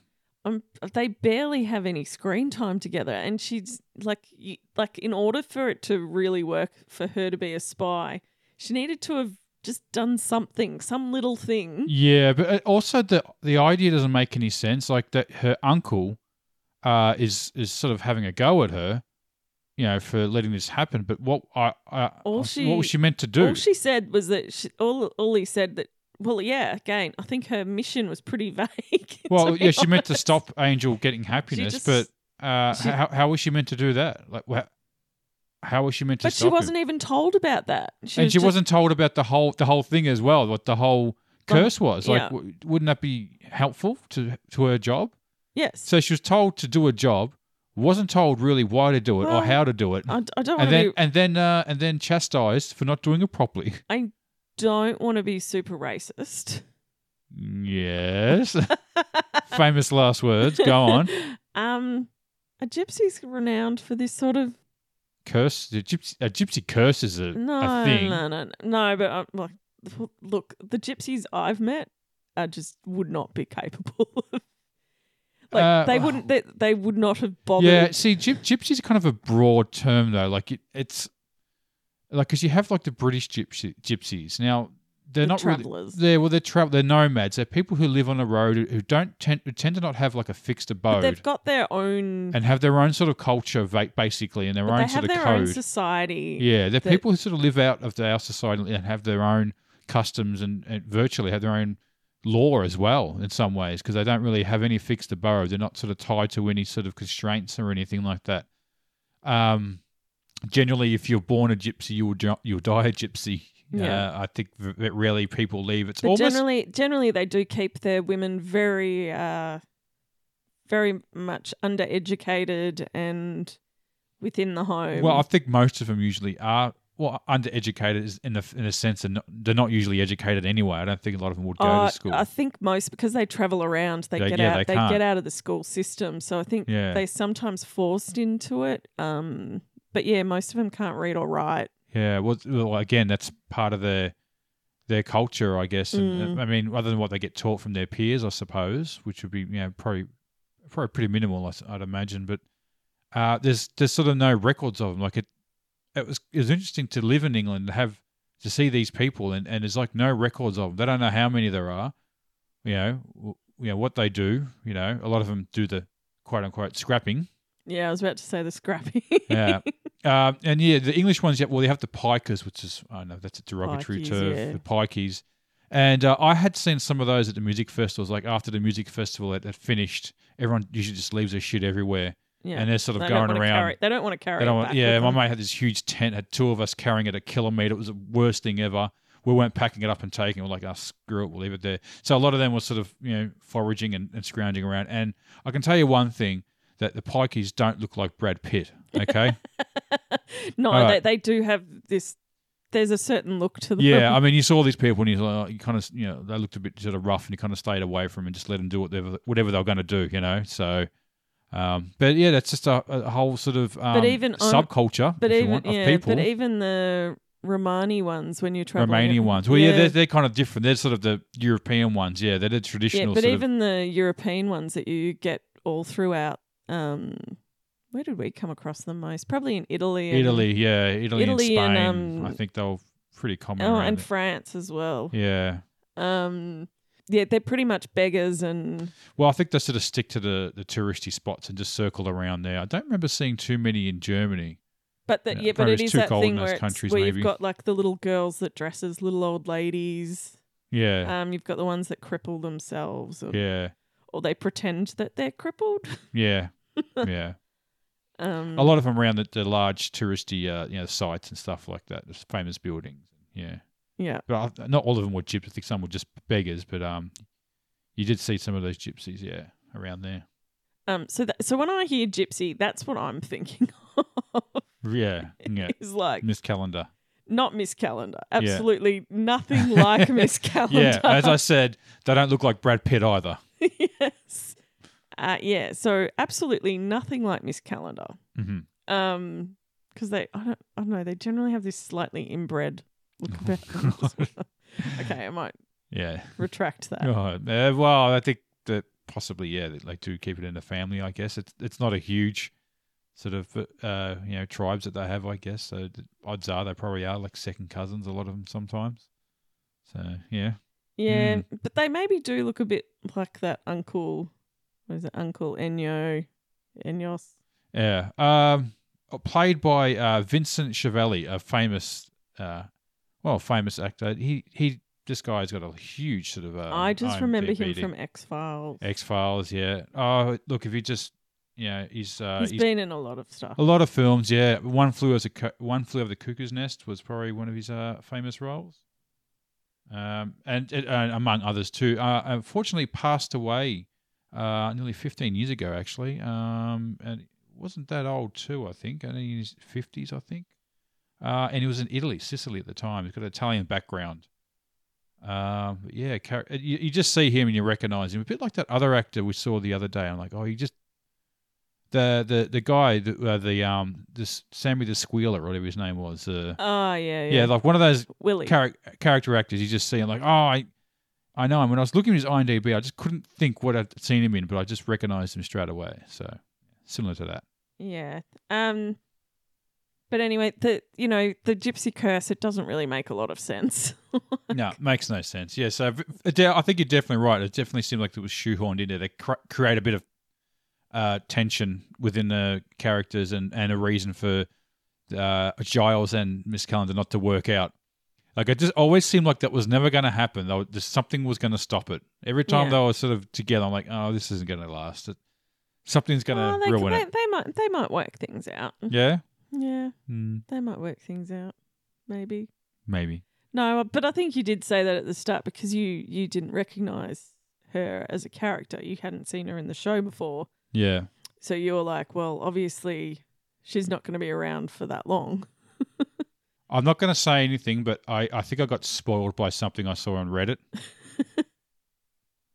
Speaker 2: um, they barely have any screen time together, and she's like, you, like in order for it to really work for her to be a spy, she needed to have just done something, some little thing.
Speaker 1: yeah. But it- also the the idea doesn't make any sense. Like that, her uncle uh, is is sort of having a go at her, you know, for letting this happen. But what I, I
Speaker 2: All
Speaker 1: what
Speaker 2: she-
Speaker 1: was she meant to do?
Speaker 2: All she said was that she, all all he said that. Well, yeah. Again, I think her mission was pretty vague.
Speaker 1: well,
Speaker 2: to be
Speaker 1: yeah, she meant to
Speaker 2: honest.
Speaker 1: stop Angel getting happiness,
Speaker 2: just-
Speaker 1: but uh,
Speaker 2: she-
Speaker 1: how how was she meant to do that? Like, wha- how was she meant to?
Speaker 2: But she
Speaker 1: stop him?
Speaker 2: wasn't even told about that. She
Speaker 1: and
Speaker 2: was
Speaker 1: she
Speaker 2: just-
Speaker 1: wasn't told about the whole the whole thing as well. What the whole curse was like?
Speaker 2: yeah.
Speaker 1: W- wouldn't that be helpful to to her job?
Speaker 2: Yes.
Speaker 1: So she was told to do a job, wasn't told really why to do it
Speaker 2: Well,
Speaker 1: or how to do it,
Speaker 2: I, I don't want
Speaker 1: and
Speaker 2: to
Speaker 1: then
Speaker 2: be
Speaker 1: and then uh, and then chastised for not doing it properly.
Speaker 2: I don't want to be super racist.
Speaker 1: Yes, famous last words. Go on.
Speaker 2: Um, a gypsy's renowned for this sort of
Speaker 1: Curse the gypsy. A gypsy curse is a,
Speaker 2: no,
Speaker 1: a thing.
Speaker 2: no, no, no, no. But I'm like, look, the gypsies I've met, I just would not be capable. of. Like
Speaker 1: Uh,
Speaker 2: they wouldn't, they, they would not have bothered.
Speaker 1: Yeah, see, gyp- gypsy is kind of a broad term though. Like it, it's like because you have like the British gypsy, gypsies. Now they're
Speaker 2: The
Speaker 1: not
Speaker 2: travellers.
Speaker 1: Really, they're well, they're travel. They're nomads. They're people who live on the road who- who don't tend who tend to not have like a fixed
Speaker 2: But they've
Speaker 1: abode
Speaker 2: got their own.
Speaker 1: and have their own sort of culture, va- basically, and their
Speaker 2: but
Speaker 1: own
Speaker 2: they
Speaker 1: sort
Speaker 2: have
Speaker 1: of
Speaker 2: their
Speaker 1: code.
Speaker 2: own society.
Speaker 1: yeah, they're
Speaker 2: that-
Speaker 1: people who sort of live out of our society and have their own customs and, and virtually have their own law as well in some ways because they don't really have any fixed abode. They're not sort of tied to any sort of constraints or anything like that. Um, generally, if you're born a gypsy, you will di- you'll die a gypsy.
Speaker 2: Yeah.
Speaker 1: Uh, I think v- that rarely people leave. It's
Speaker 2: But
Speaker 1: almost
Speaker 2: generally, generally they do keep their women very, uh, very much undereducated and within the home.
Speaker 1: well. I think most of them usually are. Well, undereducated is in the in a sense, and they're not usually educated anyway. I don't think a lot of them would go
Speaker 2: Uh,
Speaker 1: to school.
Speaker 2: I think most because they travel around, they,
Speaker 1: They-
Speaker 2: get
Speaker 1: yeah,
Speaker 2: out.
Speaker 1: they
Speaker 2: They,
Speaker 1: can't.
Speaker 2: get out of the school system, so I think
Speaker 1: Yeah.
Speaker 2: they sometimes forced into it. Um, but yeah, most of them can't read or write.
Speaker 1: Yeah, well, it's- well, again, that's part of their their culture, I guess. And I mean, other than what they get taught from their peers, I suppose, which would be you know probably probably pretty minimal, I s- I'd imagine. But uh, there's there's sort of no records of them. Like it, it was it was interesting to live in England and have to see these people and, and there's like no records of them. They don't know how many there are. You know, w- you know what they do. You know, a lot of them do the quote unquote scrapping.
Speaker 2: Yeah, I was about to say the scrappy.
Speaker 1: Yeah. Um, and yeah, the English ones, yeah, well, they have the pikers, which is, I know that's a derogatory
Speaker 2: Pikeys,
Speaker 1: term,
Speaker 2: yeah.
Speaker 1: the pikeys. And uh, I had seen some of those at the music festivals, like after the music festival had, had finished, everyone usually just leaves their shit everywhere.
Speaker 2: yeah.
Speaker 1: And they're sort of
Speaker 2: They don't
Speaker 1: going
Speaker 2: wanna
Speaker 1: around.
Speaker 2: Carry, they don't want to carry.
Speaker 1: They don't
Speaker 2: it
Speaker 1: want-
Speaker 2: back
Speaker 1: yeah,
Speaker 2: with
Speaker 1: my
Speaker 2: them.
Speaker 1: mate had this huge tent, had two of us carrying it a kilometre. It was the worst thing ever. We weren't packing it up and taking it. We're like, oh, screw it, we'll leave it there. So a lot of them were sort of, you know, foraging and, and scrounging around. And I can tell you one thing that the pikeys don't look like Brad Pitt, okay?
Speaker 2: No,
Speaker 1: All right.
Speaker 2: they, they do have this. There's a certain look to them.
Speaker 1: Yeah, I mean, you saw these people, and you, like, you kind of, you know, they looked a bit sort of rough, and you kind of stayed away from them and just let them do whatever whatever they were going to do, you know. So, um, but yeah, that's just a, a whole sort of um,
Speaker 2: even on-
Speaker 1: subculture,
Speaker 2: but
Speaker 1: if
Speaker 2: even
Speaker 1: you want, of
Speaker 2: yeah,
Speaker 1: people,
Speaker 2: but even the Romani ones when you travel
Speaker 1: Romanian ones. Well, yeah, they're, they're kind of different. They're sort of the European ones. Yeah, they're the
Speaker 2: yeah,
Speaker 1: traditional.
Speaker 2: but
Speaker 1: sort
Speaker 2: even the European ones that you get all throughout. Um, where did we come across them most? Probably in Italy.
Speaker 1: of
Speaker 2: And,
Speaker 1: Italy, yeah, Italy,
Speaker 2: Italy
Speaker 1: and
Speaker 2: and,
Speaker 1: Spain.
Speaker 2: um,
Speaker 1: I think they're pretty common.
Speaker 2: Oh,
Speaker 1: around
Speaker 2: and
Speaker 1: it.
Speaker 2: France as well.
Speaker 1: yeah.
Speaker 2: Um, yeah, they're pretty much beggars and
Speaker 1: Well, I think they sort of stick to the the touristy spots and just circle around there. I don't remember seeing too many in Germany.
Speaker 2: But the,
Speaker 1: Yeah,
Speaker 2: yeah, but
Speaker 1: probably
Speaker 2: it
Speaker 1: it's
Speaker 2: is
Speaker 1: too
Speaker 2: that
Speaker 1: cold in
Speaker 2: thing
Speaker 1: those
Speaker 2: where, it's,
Speaker 1: countries,
Speaker 2: where
Speaker 1: maybe.
Speaker 2: you've got like the little girls that dress as little old ladies.
Speaker 1: Yeah,
Speaker 2: Um, you've got the ones that cripple themselves, or,
Speaker 1: yeah.
Speaker 2: or they pretend that they're crippled.
Speaker 1: Yeah. yeah.
Speaker 2: Um,
Speaker 1: A lot of them around the, the large touristy uh, you know, sites and stuff like that, the famous buildings. Yeah.
Speaker 2: yeah,
Speaker 1: But I, not all of them were gypsies. I think some were just beggars, but um, you did see some of those gypsies, yeah, around there.
Speaker 2: um. So that, so when I hear gypsy, that's what I'm thinking of.
Speaker 1: Yeah. Yeah.
Speaker 2: Is like
Speaker 1: Miss Calendar.
Speaker 2: not Miss Calendar. Absolutely nothing like Miss Calendar.
Speaker 1: Yeah. As I said, they don't look like Brad Pitt either.
Speaker 2: yes. Uh, yeah. So absolutely nothing like Miss Calendar.
Speaker 1: hmm
Speaker 2: um because they I don't I don't know they generally have this slightly inbred look
Speaker 1: Oh,
Speaker 2: about them. as well. okay, I might
Speaker 1: Yeah.
Speaker 2: retract that.
Speaker 1: Oh, uh, well, I think that possibly, yeah, they like do keep it in the family. I guess it's it's not a huge sort of uh, you know tribes that they have. I guess so. th- Odds are they probably are like second cousins. A lot of them sometimes. So yeah,
Speaker 2: Yeah,
Speaker 1: Hmm.
Speaker 2: but they maybe do look a bit like that uncle. What is it, Uncle Enyo? Enyos.
Speaker 1: yeah. Um, played by uh, Vincent Chiavelli, a famous, uh, well, famous actor. He he. This guy's got a huge sort of. Um,
Speaker 2: I just remember him
Speaker 1: IMDb.
Speaker 2: from X Files.
Speaker 1: X Files. Yeah. Oh, look, if you just, you know, he's uh,
Speaker 2: he's
Speaker 1: he's
Speaker 2: been in a lot of stuff.
Speaker 1: A lot of films, yeah. One flew as a Cu- one flew over the cuckoo's nest was probably one of his uh, famous roles, um, and, and uh, among others too. Uh, unfortunately, passed away uh, nearly 15 years ago, actually, um, and wasn't that old too. I think, and in his 50s, I think. Uh, and he was in Italy, Sicily at the time. He's got an Italian background. Um, but yeah, char- you, you just see him and you recognize him. A bit like that other actor we saw the other day. I'm like, oh, you just the the the guy the uh, the um this Sammy the Squealer, whatever his name was. Uh,
Speaker 2: Oh yeah, yeah.
Speaker 1: yeah. like one of those
Speaker 2: Willie.
Speaker 1: charac character actors you just see. I'm like, oh, I I know him. When I was looking at his IMDb, I just couldn't think what I'd seen him in, but I just recognized him straight away. So similar to that.
Speaker 2: yeah. Um but anyway, the you know, the gypsy curse, it doesn't really make a lot of sense.
Speaker 1: No, makes no sense. Yeah, so v- it de- I think you're definitely right. It definitely seemed like it was shoehorned in there. They cr- create a bit of uh, tension within the characters and, and a reason for uh, Giles and Miss Calendar not to work out. Like it just always seemed like that was never going to happen. Though just something was going to stop it. Every time
Speaker 2: Yeah.
Speaker 1: they were sort of together, I'm like, oh, this isn't going to last. It, something's going
Speaker 2: Oh,
Speaker 1: to
Speaker 2: they,
Speaker 1: ruin
Speaker 2: they,
Speaker 1: it.
Speaker 2: they might they might work things out.
Speaker 1: Yeah,
Speaker 2: Yeah.
Speaker 1: mm,
Speaker 2: They might work things out, maybe.
Speaker 1: maybe.
Speaker 2: No, uh, but I think you did say that at the start because you you didn't recognise her as a character. You hadn't seen her in the show before,
Speaker 1: Yeah.
Speaker 2: so you were like, "Well, obviously, she's not going to be around for that long."
Speaker 1: I'm not going to say anything, but I, I think I got spoiled by something I saw on Reddit.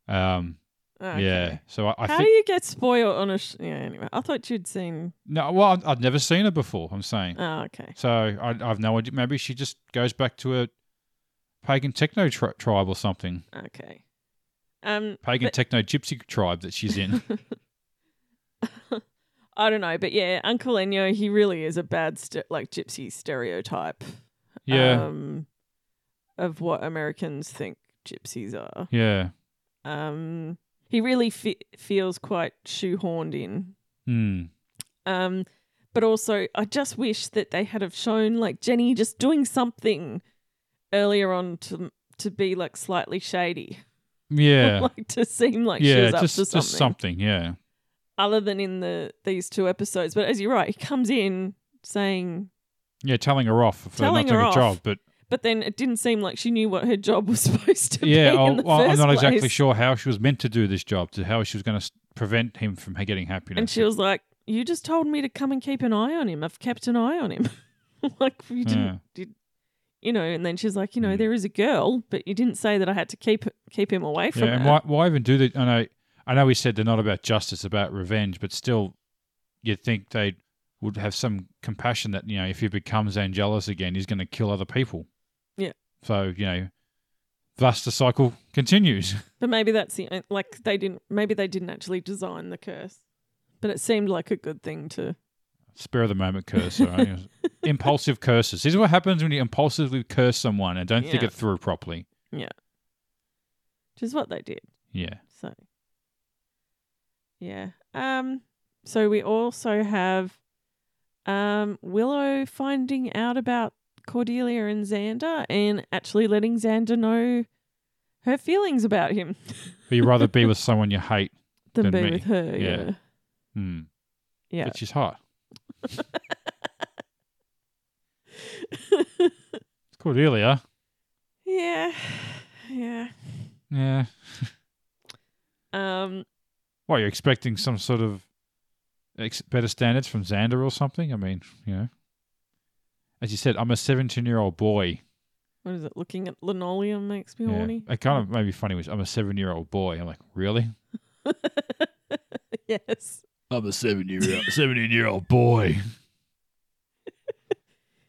Speaker 1: um, yeah.
Speaker 2: Okay.
Speaker 1: So I, I
Speaker 2: How
Speaker 1: think
Speaker 2: do you get spoiled on a? Sh- yeah. Anyway, I thought you'd seen.
Speaker 1: no. Well, I'd, I'd never seen her before. I'm saying
Speaker 2: Oh, okay.
Speaker 1: so. I, I've no idea. Maybe she just goes back to a pagan techno tri- tribe or something.
Speaker 2: Okay. Um.
Speaker 1: Pagan techno gypsy tribe that she's in.
Speaker 2: I don't know, but yeah, Uncle Enyo, he really is a bad st- like gypsy stereotype.
Speaker 1: Yeah.
Speaker 2: Um, of what Americans think gypsies are.
Speaker 1: yeah.
Speaker 2: Um, he really fe- feels quite shoehorned in.
Speaker 1: Hmm.
Speaker 2: Um, but also, I just wish that they had have shown like Jenny just doing something earlier on to to be like slightly shady,
Speaker 1: Yeah.
Speaker 2: like to seem like she
Speaker 1: yeah.
Speaker 2: was up
Speaker 1: just,
Speaker 2: to something,
Speaker 1: just something. Yeah.
Speaker 2: other than in the these two episodes. But as you're right, he comes in saying,
Speaker 1: Yeah. Telling her off for
Speaker 2: Telling
Speaker 1: not doing
Speaker 2: her
Speaker 1: a
Speaker 2: off.
Speaker 1: job, but
Speaker 2: but then it didn't seem like she knew what her job was supposed to
Speaker 1: yeah,
Speaker 2: be.
Speaker 1: I'll-
Speaker 2: in the
Speaker 1: well, I'm
Speaker 2: first
Speaker 1: not exactly
Speaker 2: place.
Speaker 1: sure how she was meant to do this job, to how she was going to prevent him from getting happiness.
Speaker 2: And she was like, "You just told me to come and keep an eye on him. I've kept an eye on him. like you didn't,
Speaker 1: Yeah.
Speaker 2: did, you know?" And then she's like, "You know,
Speaker 1: Mm.
Speaker 2: there is a girl, but you didn't say that I had to keep keep him away from
Speaker 1: yeah, and
Speaker 2: her."
Speaker 1: why, why even do that? I know, I know. We said they're not about justice, about revenge, but still, you'd think they would have some compassion that you know, if he becomes Angelus again, he's going to kill other people.
Speaker 2: Yeah.
Speaker 1: So you know, thus the cycle continues.
Speaker 2: but maybe that's the like they didn't. Maybe they didn't actually design the curse, but it seemed like a good thing to.
Speaker 1: Spare of the moment curse. all right? Impulsive curses. This is what happens when you impulsively curse someone and don't think
Speaker 2: Yeah.
Speaker 1: it through properly.
Speaker 2: Which is what they did.
Speaker 1: Yeah.
Speaker 2: So yeah. Um so we also have um Willow finding out about Cordelia and Xander and actually letting Xander know her feelings about him
Speaker 1: But you'd rather be with someone you hate.
Speaker 2: than
Speaker 1: Than
Speaker 2: be
Speaker 1: me.
Speaker 2: with her.
Speaker 1: Yeah.
Speaker 2: Yeah.
Speaker 1: Hmm.
Speaker 2: Yeah.
Speaker 1: But she's hot. Cordelia.
Speaker 2: Yeah. Yeah.
Speaker 1: Yeah.
Speaker 2: Um
Speaker 1: What, you're expecting some sort of ex- better standards from Xander or something? I mean, you know. As you said, I'm a 17 year old boy.
Speaker 2: what is it? Looking at linoleum makes me
Speaker 1: Yeah.
Speaker 2: horny.
Speaker 1: It kind of made me funny. Was I'm a seven year old boy. I'm like, really?
Speaker 2: yes.
Speaker 1: I'm a seven year old, 17 year old boy.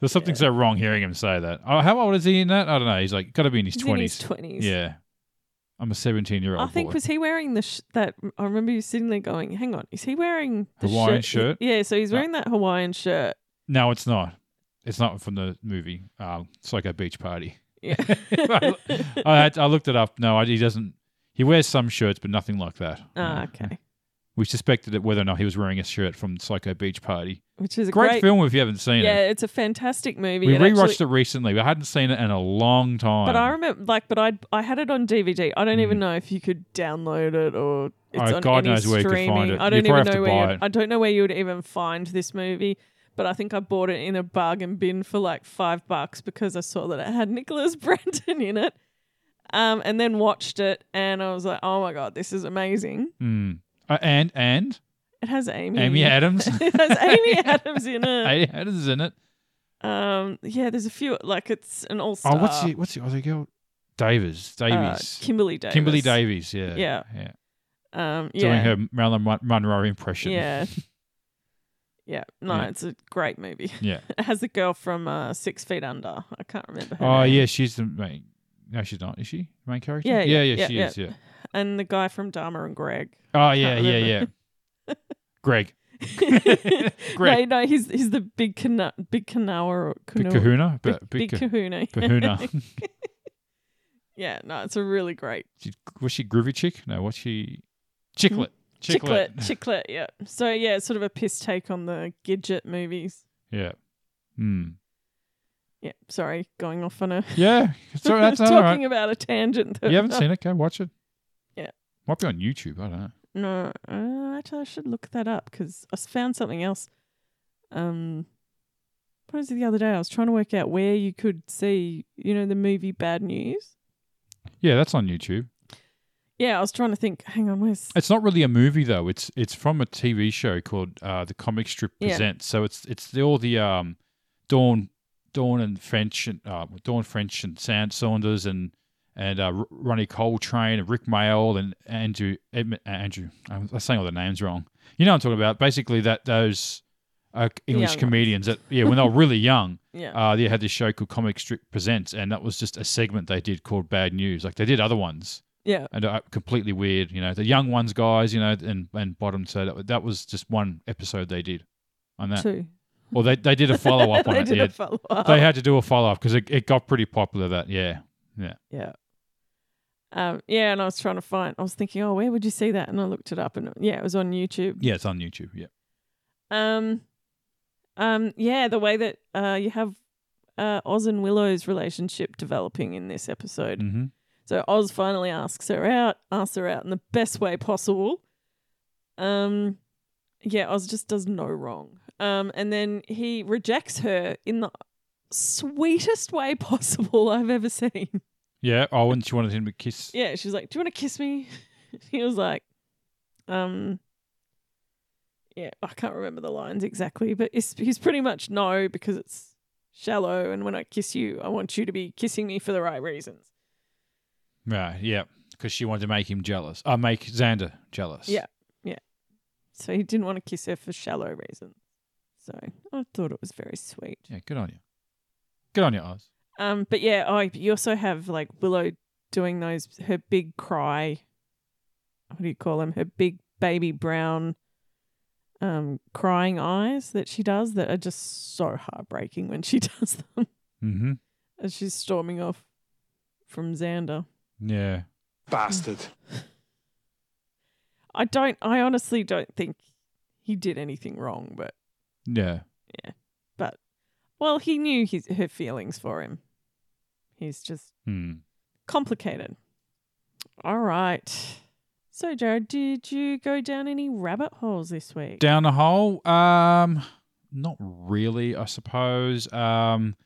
Speaker 1: There's something
Speaker 2: Yeah.
Speaker 1: so wrong hearing him say that. Oh, how old is he in that? I don't know. He's like, got to be in his
Speaker 2: He's
Speaker 1: 20s.
Speaker 2: in his twenties.
Speaker 1: Yeah. I'm a 17 year
Speaker 2: I
Speaker 1: old
Speaker 2: think
Speaker 1: boy.
Speaker 2: was he wearing the sh- that? I remember you sitting there going, "Hang on, is he wearing the
Speaker 1: Hawaiian shirt?
Speaker 2: Yeah, so he's
Speaker 1: No.
Speaker 2: wearing that Hawaiian shirt.
Speaker 1: No, it's not. It's not from the movie um, Psycho Beach Party.
Speaker 2: Yeah,
Speaker 1: I, had- I looked it up. No, I, he doesn't. He wears some shirts, but nothing like that.
Speaker 2: ah, okay.
Speaker 1: We suspected that whether or not he was wearing a shirt from Psycho Beach Party.
Speaker 2: Which is a
Speaker 1: Great,
Speaker 2: great,
Speaker 1: film if you haven't seen
Speaker 2: Yeah,
Speaker 1: it.
Speaker 2: it's a fantastic movie.
Speaker 1: We
Speaker 2: It
Speaker 1: rewatched
Speaker 2: actually-
Speaker 1: it recently. I hadn't seen it in a long time.
Speaker 2: but I remember like, but I I had it on DVD. I don't even
Speaker 1: Mm.
Speaker 2: know if you could download it or it's
Speaker 1: Oh,
Speaker 2: on
Speaker 1: God
Speaker 2: any
Speaker 1: knows where you
Speaker 2: streaming.
Speaker 1: could find it.
Speaker 2: I
Speaker 1: You
Speaker 2: don't
Speaker 1: probably
Speaker 2: even
Speaker 1: have
Speaker 2: know
Speaker 1: to
Speaker 2: where
Speaker 1: buy
Speaker 2: you'd,
Speaker 1: it.
Speaker 2: I don't know where you would even find this movie. But I think I bought it in a bargain bin for like five bucks because I saw that it had Nicholas Brenton in it. Um, and then watched it, and I was like, "Oh my god, this is amazing!"
Speaker 1: Mm. Uh, and and
Speaker 2: It has Amy.
Speaker 1: Amy Adams.
Speaker 2: it has Amy Adams in it.
Speaker 1: Amy Adams is in it.
Speaker 2: Um, yeah, there's a few like it's an all
Speaker 1: Oh,
Speaker 2: star.
Speaker 1: what's the what's the other girl? Davies. Davies.
Speaker 2: Kimberly Uh, Davis.
Speaker 1: Kimberly Davies. Yeah.
Speaker 2: Yeah.
Speaker 1: Yeah.
Speaker 2: Um, yeah,
Speaker 1: Doing her Marilyn Mon- Monroe impression.
Speaker 2: yeah, yeah. No,
Speaker 1: Yeah.
Speaker 2: it's a great movie.
Speaker 1: Yeah.
Speaker 2: It has the girl from uh, Six Feet Under. I can't remember her.
Speaker 1: Oh
Speaker 2: name.
Speaker 1: yeah, she's the main. No, she's not. Is she the main character?
Speaker 2: Yeah, yeah,
Speaker 1: yeah,
Speaker 2: yeah,
Speaker 1: she
Speaker 2: yeah.
Speaker 1: is. Yeah.
Speaker 2: and the guy from Dharma and Greg.
Speaker 1: Oh yeah,
Speaker 2: Can't
Speaker 1: yeah, yeah.
Speaker 2: remember.
Speaker 1: Greg,
Speaker 2: Greg. No,
Speaker 1: Greg.
Speaker 2: no, he's he's the big cana- big Kanawa or
Speaker 1: big
Speaker 2: Kanawa.
Speaker 1: Kahuna,
Speaker 2: Big,
Speaker 1: but big,
Speaker 2: big
Speaker 1: Ka-
Speaker 2: Kahuna.
Speaker 1: Kahuna.
Speaker 2: yeah, no, it's a really great
Speaker 1: She- was she groovy chick? No, what's she?
Speaker 2: Mm,
Speaker 1: Chicklet.
Speaker 2: Chiclet, Chiclet, yeah. So yeah, sort of a piss take on the Gidget movies.
Speaker 1: Yeah. Hmm.
Speaker 2: Yeah, sorry, going off on a
Speaker 1: Yeah. So that's all
Speaker 2: talking
Speaker 1: right.
Speaker 2: about a tangent. that-
Speaker 1: You haven't seen it? Go watch it.
Speaker 2: Yeah.
Speaker 1: Might be on YouTube. I don't know.
Speaker 2: No, uh, actually, I should look that up because I found something else. Um, what was it the other day? I was trying to work out where you could see, you know, the movie Bad News.
Speaker 1: Yeah, that's on YouTube.
Speaker 2: Yeah, I was trying to think. Hang on, where's
Speaker 1: It's not really a movie though. It's it's from a TV show called uh, The Comic Strip
Speaker 2: Yeah.
Speaker 1: Presents. So it's it's the, all the um, Dawn Dawn and French and uh, Dawn French and Sand Saunders and and uh, R- Ronnie Coltrane and Rick Mayall and Andrew Edmund, uh, Andrew. I'm I'm saying all the names wrong. You know what I'm talking about. Basically, that those uh, English
Speaker 2: Young ones.
Speaker 1: comedians that yeah when they were really young.
Speaker 2: yeah?
Speaker 1: Uh, they had this show called Comic Strip Presents, and that was just a segment they did called Bad News. Like they did other ones,
Speaker 2: Yeah.
Speaker 1: and uh, completely weird. You know, the young ones guys, you know, and and bottom. So that, that was just one episode they did on that.
Speaker 2: Two.
Speaker 1: Well, they they did a follow up on
Speaker 2: they
Speaker 1: it.
Speaker 2: did
Speaker 1: yeah.
Speaker 2: a follow up.
Speaker 1: They had to do a follow up because it, it got pretty popular. That yeah,
Speaker 2: Yeah. Um, yeah, and I was trying to find. I was thinking, oh, where would you see that? And I looked it up, and yeah, it was on YouTube.
Speaker 1: yeah, it's on YouTube. Yeah,
Speaker 2: Um, um, yeah, the way that uh, you have uh, Oz and Willow's relationship developing in this episode.
Speaker 1: mm-hmm.
Speaker 2: So Oz finally asks her out, asks her out in the best way possible. Um, yeah, Oz just does no wrong. Um, and then he rejects her in the sweetest way possible I've ever seen.
Speaker 1: yeah. Oh, and she wanted him to kiss.
Speaker 2: Yeah, she was like, "Do you want to kiss me?" he was like, "Um, yeah, I can't remember the lines exactly, but it's, he's pretty much no because it's shallow, and when I kiss you, I want you to be kissing me for the right reasons."
Speaker 1: Right, yeah, because she wanted to make him jealous. I uh, make Xander jealous.
Speaker 2: Yeah. So he didn't want to kiss her for shallow reasons. So I thought it was very sweet.
Speaker 1: yeah. Good on you. Good on your eyes.
Speaker 2: Um, but yeah, oh, you also have like Willow doing those her big cry. What do you call them? Her big baby brown, um, crying eyes that she does that are just so heartbreaking when she does them
Speaker 1: Mm-hmm.
Speaker 2: as she's storming off from Xander.
Speaker 1: Yeah.
Speaker 3: Bastard.
Speaker 2: I don't. I honestly don't think he did anything wrong, but
Speaker 1: Yeah.
Speaker 2: well, he knew his her feelings for him. He's just
Speaker 1: Hmm.
Speaker 2: complicated. All right. So, Jared, did you go down any rabbit holes this week?
Speaker 1: Down the hole. Um, not really. I suppose. Um,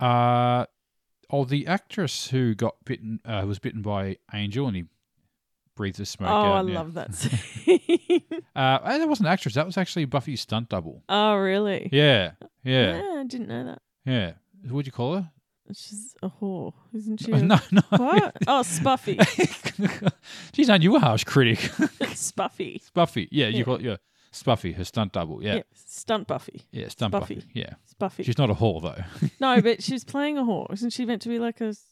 Speaker 1: uh, oh, the actress who got bitten uh, was bitten by Angel, and he breathed the
Speaker 2: oh,
Speaker 1: smoke out.
Speaker 2: I
Speaker 1: yeah.
Speaker 2: love that scene.
Speaker 1: Uh, and that wasn't an actress. That was actually Buffy's stunt double.
Speaker 2: oh, really?
Speaker 1: Yeah. Yeah.
Speaker 2: Ah, I didn't know that.
Speaker 1: Yeah. What'd you call her?
Speaker 2: She's a whore, isn't she?
Speaker 1: No, no.
Speaker 2: What? Oh, Spuffy.
Speaker 1: She's on you a harsh critic.
Speaker 2: Spuffy.
Speaker 1: Spuffy. Yeah, you
Speaker 2: Yeah.
Speaker 1: call it yeah. Spuffy, her stunt double. Yeah.
Speaker 2: Yeah. Stunt Buffy.
Speaker 1: Yeah, stunt Buffy.
Speaker 2: Spuffy.
Speaker 1: Yeah.
Speaker 2: Spuffy.
Speaker 1: She's not a whore though.
Speaker 2: no, but she was playing a whore. Isn't she meant to be like a, s-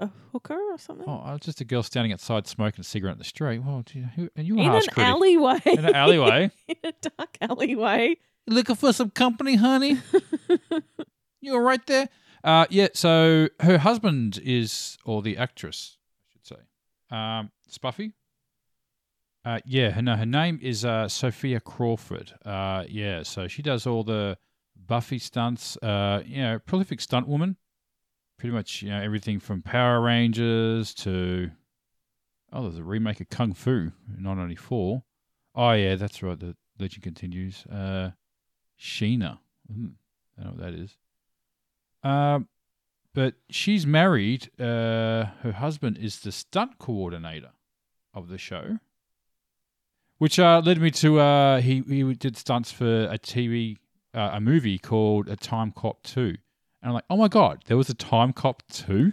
Speaker 2: a hooker or something?
Speaker 1: oh, I was just a girl standing outside smoking a cigarette in the street. Well, gee, who, and you a
Speaker 2: In an
Speaker 1: harsh critic.
Speaker 2: alleyway.
Speaker 1: In an alleyway.
Speaker 2: In a dark alleyway.
Speaker 1: Looking for some company, honey? you all right there? Uh yeah, so her husband is or the actress, I should say. Um Spuffy. Uh, yeah, her, no, her name is uh, Sophia Crawford. Uh, yeah, so she does all the Buffy stunts. Uh, you know, prolific stunt woman. Pretty much, you know, everything from Power Rangers to oh, there's a remake of Kung Fu in 1994. Oh yeah, that's right. The legend continues. Uh, Sheena. Mm, I don't know what that is. Um, but she's married. Uh, her husband is the stunt coordinator of the show which uh, led me to uh, he he did stunts for a TV uh, a movie called A Time Cop Two, and I'm like, oh my god, there was a Time Cop Two.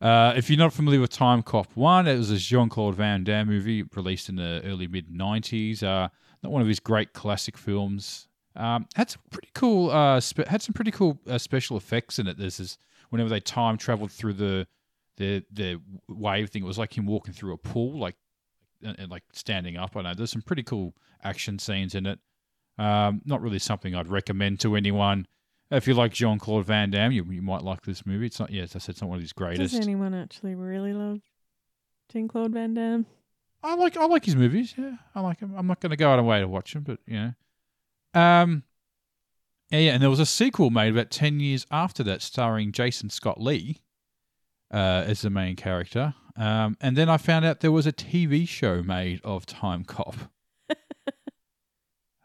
Speaker 1: uh, if you're not familiar with Time Cop One, it was a Jean Claude Van Damme movie released in the early mid '90s. Uh, not one of his great classic films. Um, had some pretty cool uh, spe- had some pretty cool uh, special effects in it. There's this whenever they time traveled through the the the wave thing, it was like him walking through a pool, like and, and, like standing up. I know there's some pretty cool action scenes in it. Um, not really something I'd recommend to anyone. If you like Jean Claude Van Damme, you, you might like this movie. It's not, yes, I said it's not one of his greatest.
Speaker 2: Does anyone actually really love Jean Claude Van Damme?
Speaker 1: I like I like his movies. Yeah, I like him. I'm not going to go out of my way to watch him, but you know, um, yeah, yeah. And there was a sequel made about ten years after that, starring Jason Scott Lee uh, as the main character. Um, and then I found out there was a TV show made of Time Cop.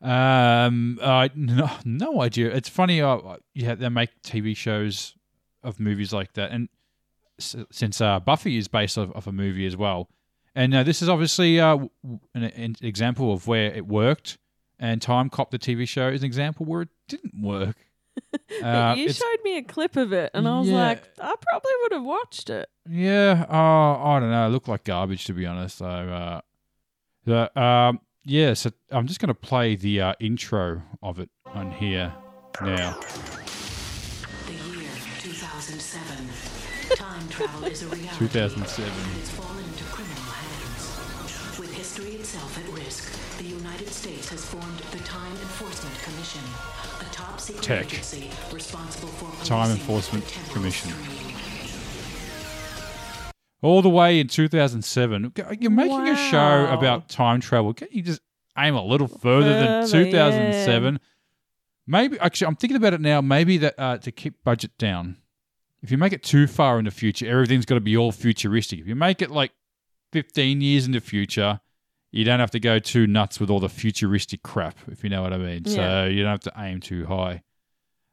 Speaker 1: um, I no, no idea. It's funny. I, I- yeah, they make TV shows of movies like that, and s- since uh, Buffy is based off, off a movie as well. And uh, this is obviously uh, w- w- an, an example of where it worked. And Time Cop, the TV show, is an example where it didn't work. Uh,
Speaker 2: you
Speaker 1: it's-
Speaker 2: showed me a clip of it, and I was
Speaker 1: Yeah.
Speaker 2: like, I probably would have watched it.
Speaker 1: Yeah, uh, I don't know. It looked like garbage, to be honest. So, uh, the, um, yeah, so I'm just going to play the uh, intro of it on here now.
Speaker 4: The year 2007. Time travel is a reality.
Speaker 1: 2007.
Speaker 4: and It's fallen into criminal hands. With history itself at risk, the United States has formed the Time Enforcement Commission, a top secret
Speaker 1: Tech.
Speaker 4: agency responsible for
Speaker 1: Time
Speaker 4: policing
Speaker 1: Enforcement
Speaker 4: the temporal
Speaker 1: Commission.
Speaker 4: stream.
Speaker 1: All the way in 2007. You're making a show
Speaker 2: Wow.
Speaker 1: about time travel. Can't you just aim a little further, than
Speaker 2: Further,
Speaker 1: 2007? Maybe, actually, I'm thinking about it now. Maybe that uh, to keep budget down. If you make it too far in the future, everything's got to be all futuristic. If you make it like 15 years in the future, you don't have to go too nuts with all the futuristic crap, if you know what I mean. So
Speaker 2: Yeah.
Speaker 1: you don't have to aim too high.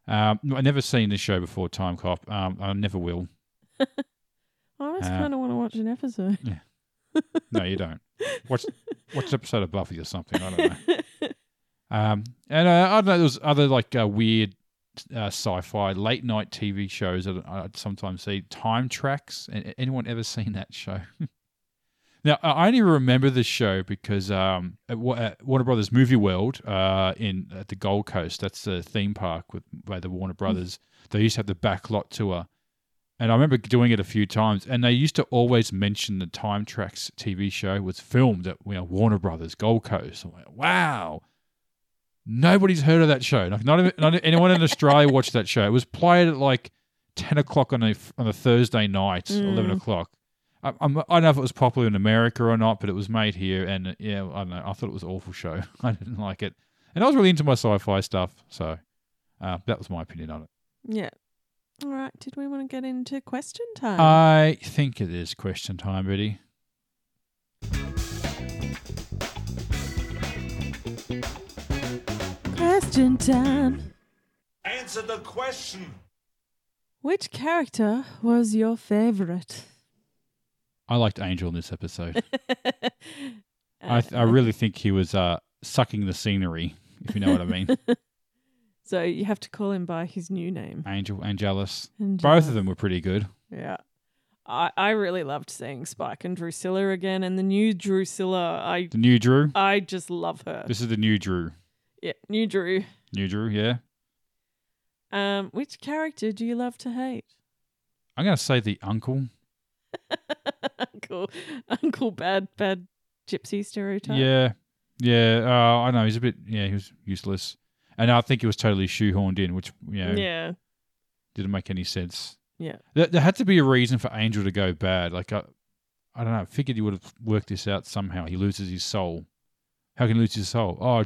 Speaker 1: Um, I've never seen this show before, Time Cop. Um, I never will.
Speaker 2: I always
Speaker 1: Uh,
Speaker 2: kind of want to watch an episode.
Speaker 1: No, you don't. Watch watch an episode of Buffy or something. I don't know. Um, and uh, I don't know. There was other like uh, weird uh, sci-fi late night TV shows that I I'd sometimes see. Time Tracks. A- Anyone ever seen that show? now I only remember this show because um, at, Wa- at Warner Brothers Movie World uh, in at the Gold Coast. That's the theme park with by the Warner Brothers. They used to have the backlot tour. And I remember doing it a few times, and they used to always mention the Time Tracks TV show was filmed at you know, Warner Brothers Gold Coast. I'm like, wow, nobody's heard of that show. Like, not, even, not anyone in Australia watched that show. It was played at like ten o'clock on a on a Thursday night, eleven
Speaker 2: Mm.
Speaker 1: o'clock. I, I'm, I don't know if it was popular in America or not, but it was made here, and yeah, I don't know. I thought it was an awful show. I didn't like it, and I was really into my sci-fi stuff, so uh, that was my opinion on it.
Speaker 2: yeah. All right. Did we want to get into question time?
Speaker 1: I think it is question time, Betty.
Speaker 2: question time.
Speaker 3: Answer the question.
Speaker 2: Which character was your favorite?
Speaker 1: I liked Angel in this episode. I,
Speaker 2: Uh,
Speaker 1: th- I really think he was uh, sucking the scenery, if you know what I mean.
Speaker 2: so you have to call him by his new name.
Speaker 1: Angel, Angelus.
Speaker 2: And,
Speaker 1: Both
Speaker 2: uh,
Speaker 1: of them were pretty good.
Speaker 2: Yeah. I, I really loved seeing Spike and Drusilla again, and the new Drusilla. I
Speaker 1: The new Drew.
Speaker 2: I just love her.
Speaker 1: This is the new Drew.
Speaker 2: Yeah, new Drew.
Speaker 1: New Drew, yeah.
Speaker 2: Um, which character do you love to hate?
Speaker 1: I'm going to say the uncle.
Speaker 2: Uncle, Uncle, bad, bad gypsy stereotype.
Speaker 1: Yeah. Yeah. Uh, I know. He's a bit, yeah, he was useless. And I think he was totally shoehorned in, which, you know,
Speaker 2: yeah,
Speaker 1: didn't make any sense.
Speaker 2: yeah.
Speaker 1: There, there had to be a reason for Angel to go bad. Like I, I don't know. I figured he would have worked this out somehow. He loses his soul. How can he lose his soul? Oh,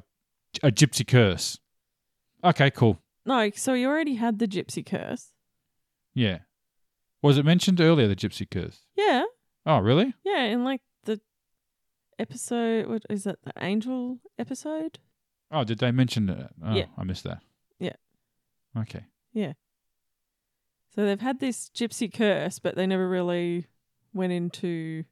Speaker 1: a gypsy curse. Okay, cool.
Speaker 2: No, so you already had the gypsy curse.
Speaker 1: Yeah. Was it mentioned earlier the gypsy curse?
Speaker 2: Yeah,
Speaker 1: Oh, really?
Speaker 2: yeah. In like the episode, what is that? The angel episode.
Speaker 1: Oh, did they mention it? Oh,
Speaker 2: Yeah.
Speaker 1: I missed that.
Speaker 2: Yeah.
Speaker 1: Okay.
Speaker 2: So they've had this gypsy curse, but they never really went into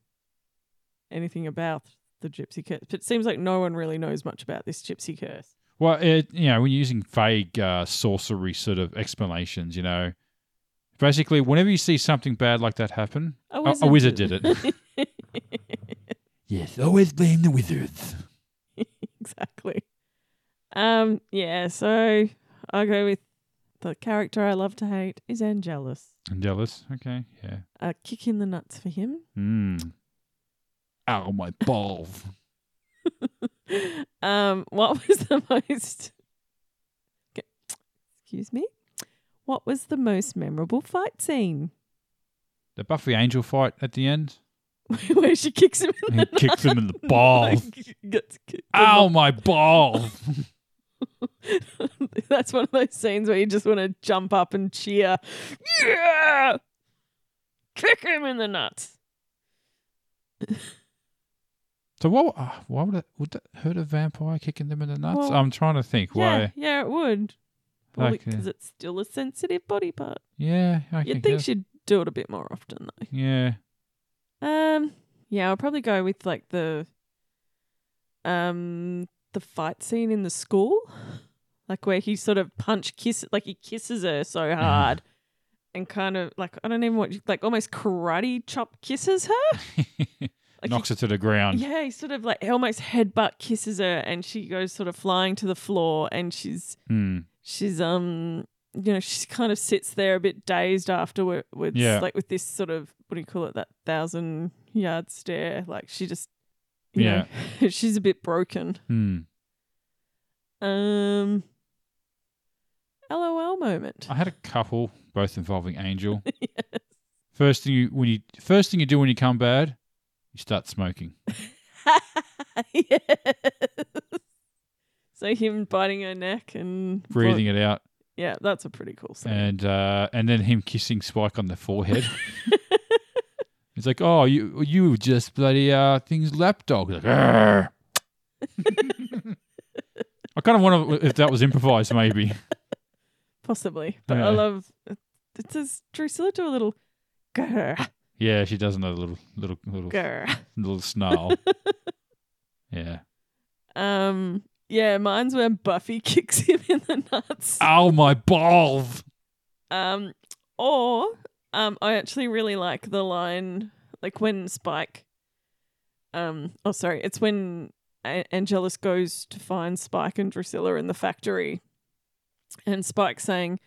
Speaker 2: anything about the gypsy curse. But it seems like no one really knows much about this gypsy curse.
Speaker 1: Well, it, you know, when you're using vague uh, sorcery sort of explanations, you know, basically, whenever you see something bad like that happen,
Speaker 2: A
Speaker 1: a- a wizard did it. yes, always blame the wizards.
Speaker 2: exactly. Um, yeah, so I'll go with the character I love to hate is Angelus.
Speaker 1: I'm jealous. Okay, yeah.
Speaker 2: A kick in the nuts for him.
Speaker 1: Mm. Ow, my balls.
Speaker 2: um, what was the most Okay, excuse me? What was the most memorable fight scene?
Speaker 1: the Buffy Angel fight at the end.
Speaker 2: Where she kicks him in
Speaker 1: He
Speaker 2: the
Speaker 1: kicks him in the
Speaker 2: nuts.
Speaker 1: balls.
Speaker 2: Like, gets kicked in
Speaker 1: Ow, my balls.
Speaker 2: the- That's one of those scenes where you just want to jump up and cheer. Yeah! Kick him in the nuts.
Speaker 1: so what? Uh, why would it, would that hurt a vampire kicking them in the nuts?
Speaker 2: Well,
Speaker 1: I'm trying to think. Why?
Speaker 2: Yeah, yeah, it would. Probably
Speaker 1: Okay.
Speaker 2: because it's still a sensitive body part.
Speaker 1: Yeah, I
Speaker 2: You'd
Speaker 1: can
Speaker 2: think
Speaker 1: guess.
Speaker 2: she'd do it a bit more often, though.
Speaker 1: Yeah,
Speaker 2: Um, yeah, I'll probably go with like the, um, the fight scene in the school, like where he sort of punch kiss, like he kisses her so
Speaker 1: Mm.
Speaker 2: hard, and kind of like I don't even what like almost karate chop kisses her. Like
Speaker 1: knocks
Speaker 2: he,
Speaker 1: her to the ground.
Speaker 2: yeah, he sort of like he almost headbutt kisses her, and she goes sort of flying to the floor, and she's
Speaker 1: Hmm.
Speaker 2: she's um you know, she kind of sits there a bit dazed afterwards,
Speaker 1: Yeah.
Speaker 2: like with this sort of what do you call it, that thousand yard stare. Like she just, you know, she's a bit broken.
Speaker 1: Hmm.
Speaker 2: Um, LOL moment.
Speaker 1: I had a couple, both involving Angel. First thing you when you first thing you do when you come bad, you start smoking. Ah.
Speaker 2: yes. So him biting her neck and
Speaker 1: Breathing it out.
Speaker 2: yeah, that's a pretty cool scene.
Speaker 1: and uh, and then him kissing Spike on the forehead. He's like, "Oh, you you were just bloody uh things lapdog." Like, "Arr." I kind of wonder if that was improvised, maybe.
Speaker 2: Possibly. But
Speaker 1: Yeah.
Speaker 2: I love it says Drusilla do a little grr,
Speaker 1: Yeah, she does another little little little
Speaker 2: grr.
Speaker 1: little snarl. yeah.
Speaker 2: Um yeah, mine's when Buffy kicks him in the nuts.
Speaker 1: Ow, my balls!
Speaker 2: Um or um I actually really like the line like when Spike um oh sorry, it's when A- Angelus goes to find Spike and Drusilla in the factory and Spike saying,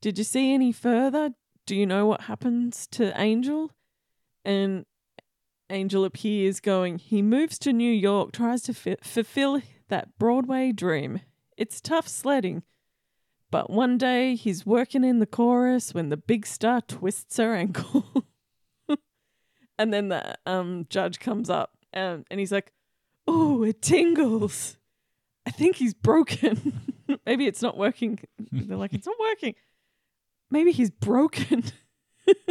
Speaker 2: "Did you see any further? Do you know what happens to Angel?" And Angel appears, going, "He moves to New York, tries to fi- fulfill that Broadway dream. It's tough sledding." But one day he's working in the chorus when the big star twists her ankle. and then the um, judge comes up um, and he's like, Oh, it tingles. I think he's broken. Maybe it's not working. They're like, It's not working. Maybe he's broken.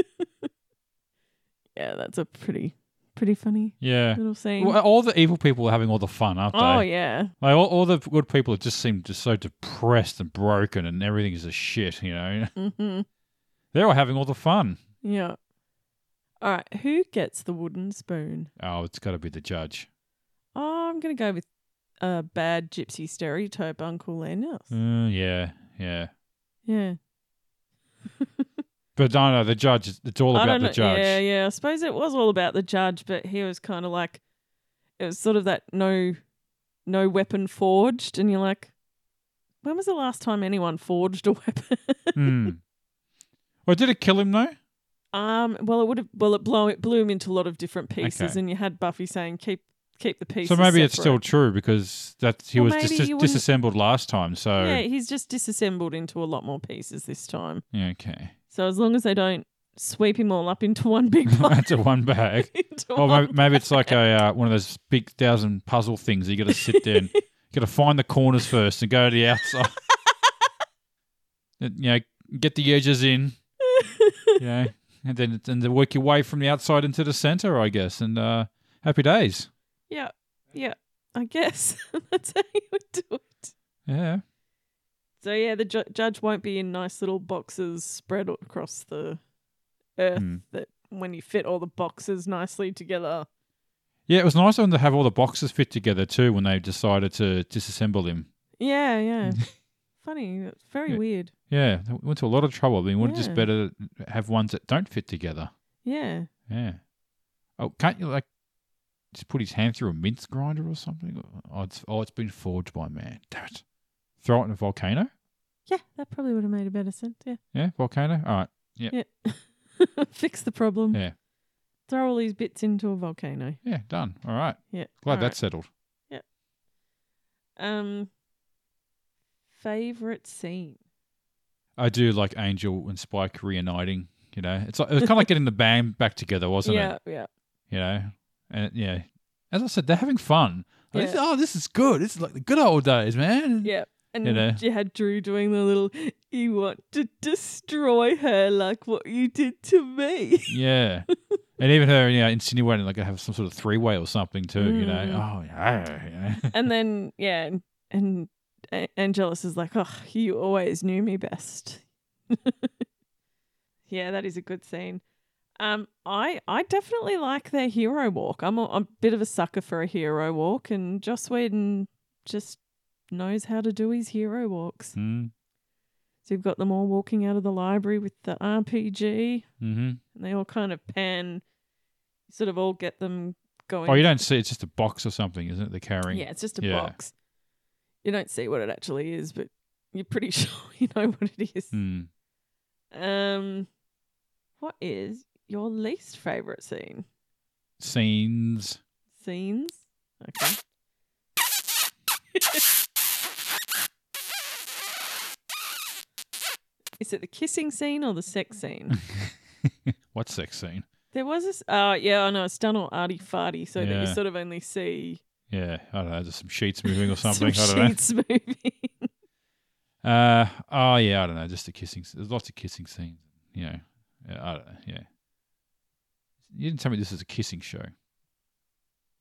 Speaker 2: yeah, that's a pretty, pretty funny
Speaker 1: Yeah.
Speaker 2: little scene.
Speaker 1: Well, all the evil people are having all the fun, aren't they?
Speaker 2: oh, yeah.
Speaker 1: Like all, all the good people just seem just so depressed and broken, and everything is a shit. You know,
Speaker 2: hmm
Speaker 1: they're all having all the fun.
Speaker 2: Yeah. All right. Who gets the wooden spoon?
Speaker 1: Oh, it's got to be the judge.
Speaker 2: I'm going to go with a bad gypsy stereotype, Uncle Lanyard.
Speaker 1: Uh, yeah, yeah.
Speaker 2: Yeah.
Speaker 1: But no, no, the judge. is- It's all
Speaker 2: I
Speaker 1: about
Speaker 2: don't
Speaker 1: the
Speaker 2: know-
Speaker 1: judge.
Speaker 2: Yeah, yeah. I suppose it was all about the judge, but he was kind of like, it was sort of that no, no weapon forged, and you're like, when was the last time anyone forged a weapon?
Speaker 1: Hmm. Well, did it kill him though?
Speaker 2: um, well, it would have, well, it blow it blew him into a lot of different pieces,
Speaker 1: Okay.
Speaker 2: and you had Buffy saying keep keep the pieces.
Speaker 1: so maybe it's
Speaker 2: separate.
Speaker 1: still true because that's he
Speaker 2: Well,
Speaker 1: was
Speaker 2: maybe
Speaker 1: dis-
Speaker 2: you wouldn't-
Speaker 1: disassembled last time. So
Speaker 2: Yeah, he's just disassembled into a lot more pieces this time.
Speaker 1: Yeah, okay,
Speaker 2: So as long as they don't sweep him all up into one big pile.
Speaker 1: that's a one bag.
Speaker 2: into
Speaker 1: Or
Speaker 2: one.
Speaker 1: maybe, maybe it's like a uh, one of those big thousand puzzle things. You got to sit there. and You got to find the corners first and go to the outside. And, you know, get the edges in. You know, and then and then work your way from the outside into the center, I guess. And uh, happy days.
Speaker 2: Yeah, yeah. I guess that's how you would do it.
Speaker 1: Yeah.
Speaker 2: So yeah, the ju- judge won't be in nice little boxes spread across the earth.
Speaker 1: Hmm.
Speaker 2: That when you fit all the boxes nicely together.
Speaker 1: Yeah, it was nice of them to have all the boxes fit together too when they decided to disassemble him.
Speaker 2: Yeah, yeah. Funny. It's very
Speaker 1: Yeah.
Speaker 2: weird.
Speaker 1: Yeah, they went to a lot of trouble. I mean, wouldn't it just
Speaker 2: Yeah.
Speaker 1: better have ones that don't fit together?
Speaker 2: Yeah.
Speaker 1: Yeah. Oh, can't you like just put his hand through a mince grinder or something? Oh, it's oh, it's been forged by man. Damn it! Throw it in a volcano.
Speaker 2: Yeah, that probably would have made a better sense. Yeah.
Speaker 1: Yeah, volcano. All right. Yep.
Speaker 2: Yeah. Fix the problem.
Speaker 1: Yeah.
Speaker 2: Throw all these bits into a volcano.
Speaker 1: Yeah. Done. All right.
Speaker 2: Yeah.
Speaker 1: Glad
Speaker 2: all
Speaker 1: that's settled.
Speaker 2: right. um favorite scene.
Speaker 1: I do like Angel and Spike reuniting. You know, it's like, it was kind of like getting the band back together, wasn't it?
Speaker 2: yeah, yeah.
Speaker 1: you know, and yeah, as I said, they're having fun. Like,
Speaker 2: Yeah.
Speaker 1: Oh, this is good. This is like the good old days, man.
Speaker 2: Yeah. And
Speaker 1: You
Speaker 2: you,
Speaker 1: know.
Speaker 2: had Drew doing the little, you want to destroy her like what you did to me.
Speaker 1: yeah. and even her, you know, insinuating like I have some sort of three way or something too. You know,
Speaker 2: Mm.
Speaker 1: oh yeah, yeah.
Speaker 2: and then, yeah, and, and A- Angelus is like, oh, you always knew me best. yeah, that is a good scene. Um, I I definitely like their hero walk. I'm a, I'm a bit of a sucker for a hero walk, and Joss Whedon just knows how to do his hero walks.
Speaker 1: mm,
Speaker 2: So you've got them all walking out of the library with the RPG.
Speaker 1: hmm
Speaker 2: and they all kind of pan, sort of all get them going.
Speaker 1: Oh, you don't see it's just a box or something, isn't it? They're carrying.
Speaker 2: Yeah, it's just a
Speaker 1: Yeah.
Speaker 2: box. You don't see what it actually is, but you're pretty sure you know what it is.
Speaker 1: Hmm.
Speaker 2: Um, what is your least favorite scene?
Speaker 1: Scenes.
Speaker 2: Scenes? Okay. is it the kissing scene or the sex scene?
Speaker 1: What sex scene?
Speaker 2: there was this. Oh, yeah, I know. It's done all arty farty, so that
Speaker 1: Yeah.
Speaker 2: you sort of only see
Speaker 1: Yeah, I don't know. There's some sheets moving or something. I
Speaker 2: some
Speaker 1: don't
Speaker 2: sheets moving.
Speaker 1: know. Uh, oh yeah, I don't know. Just the kissing. s- There's lots of kissing scenes. You know. Yeah, I don't know. Yeah. You didn't tell me this is a kissing show.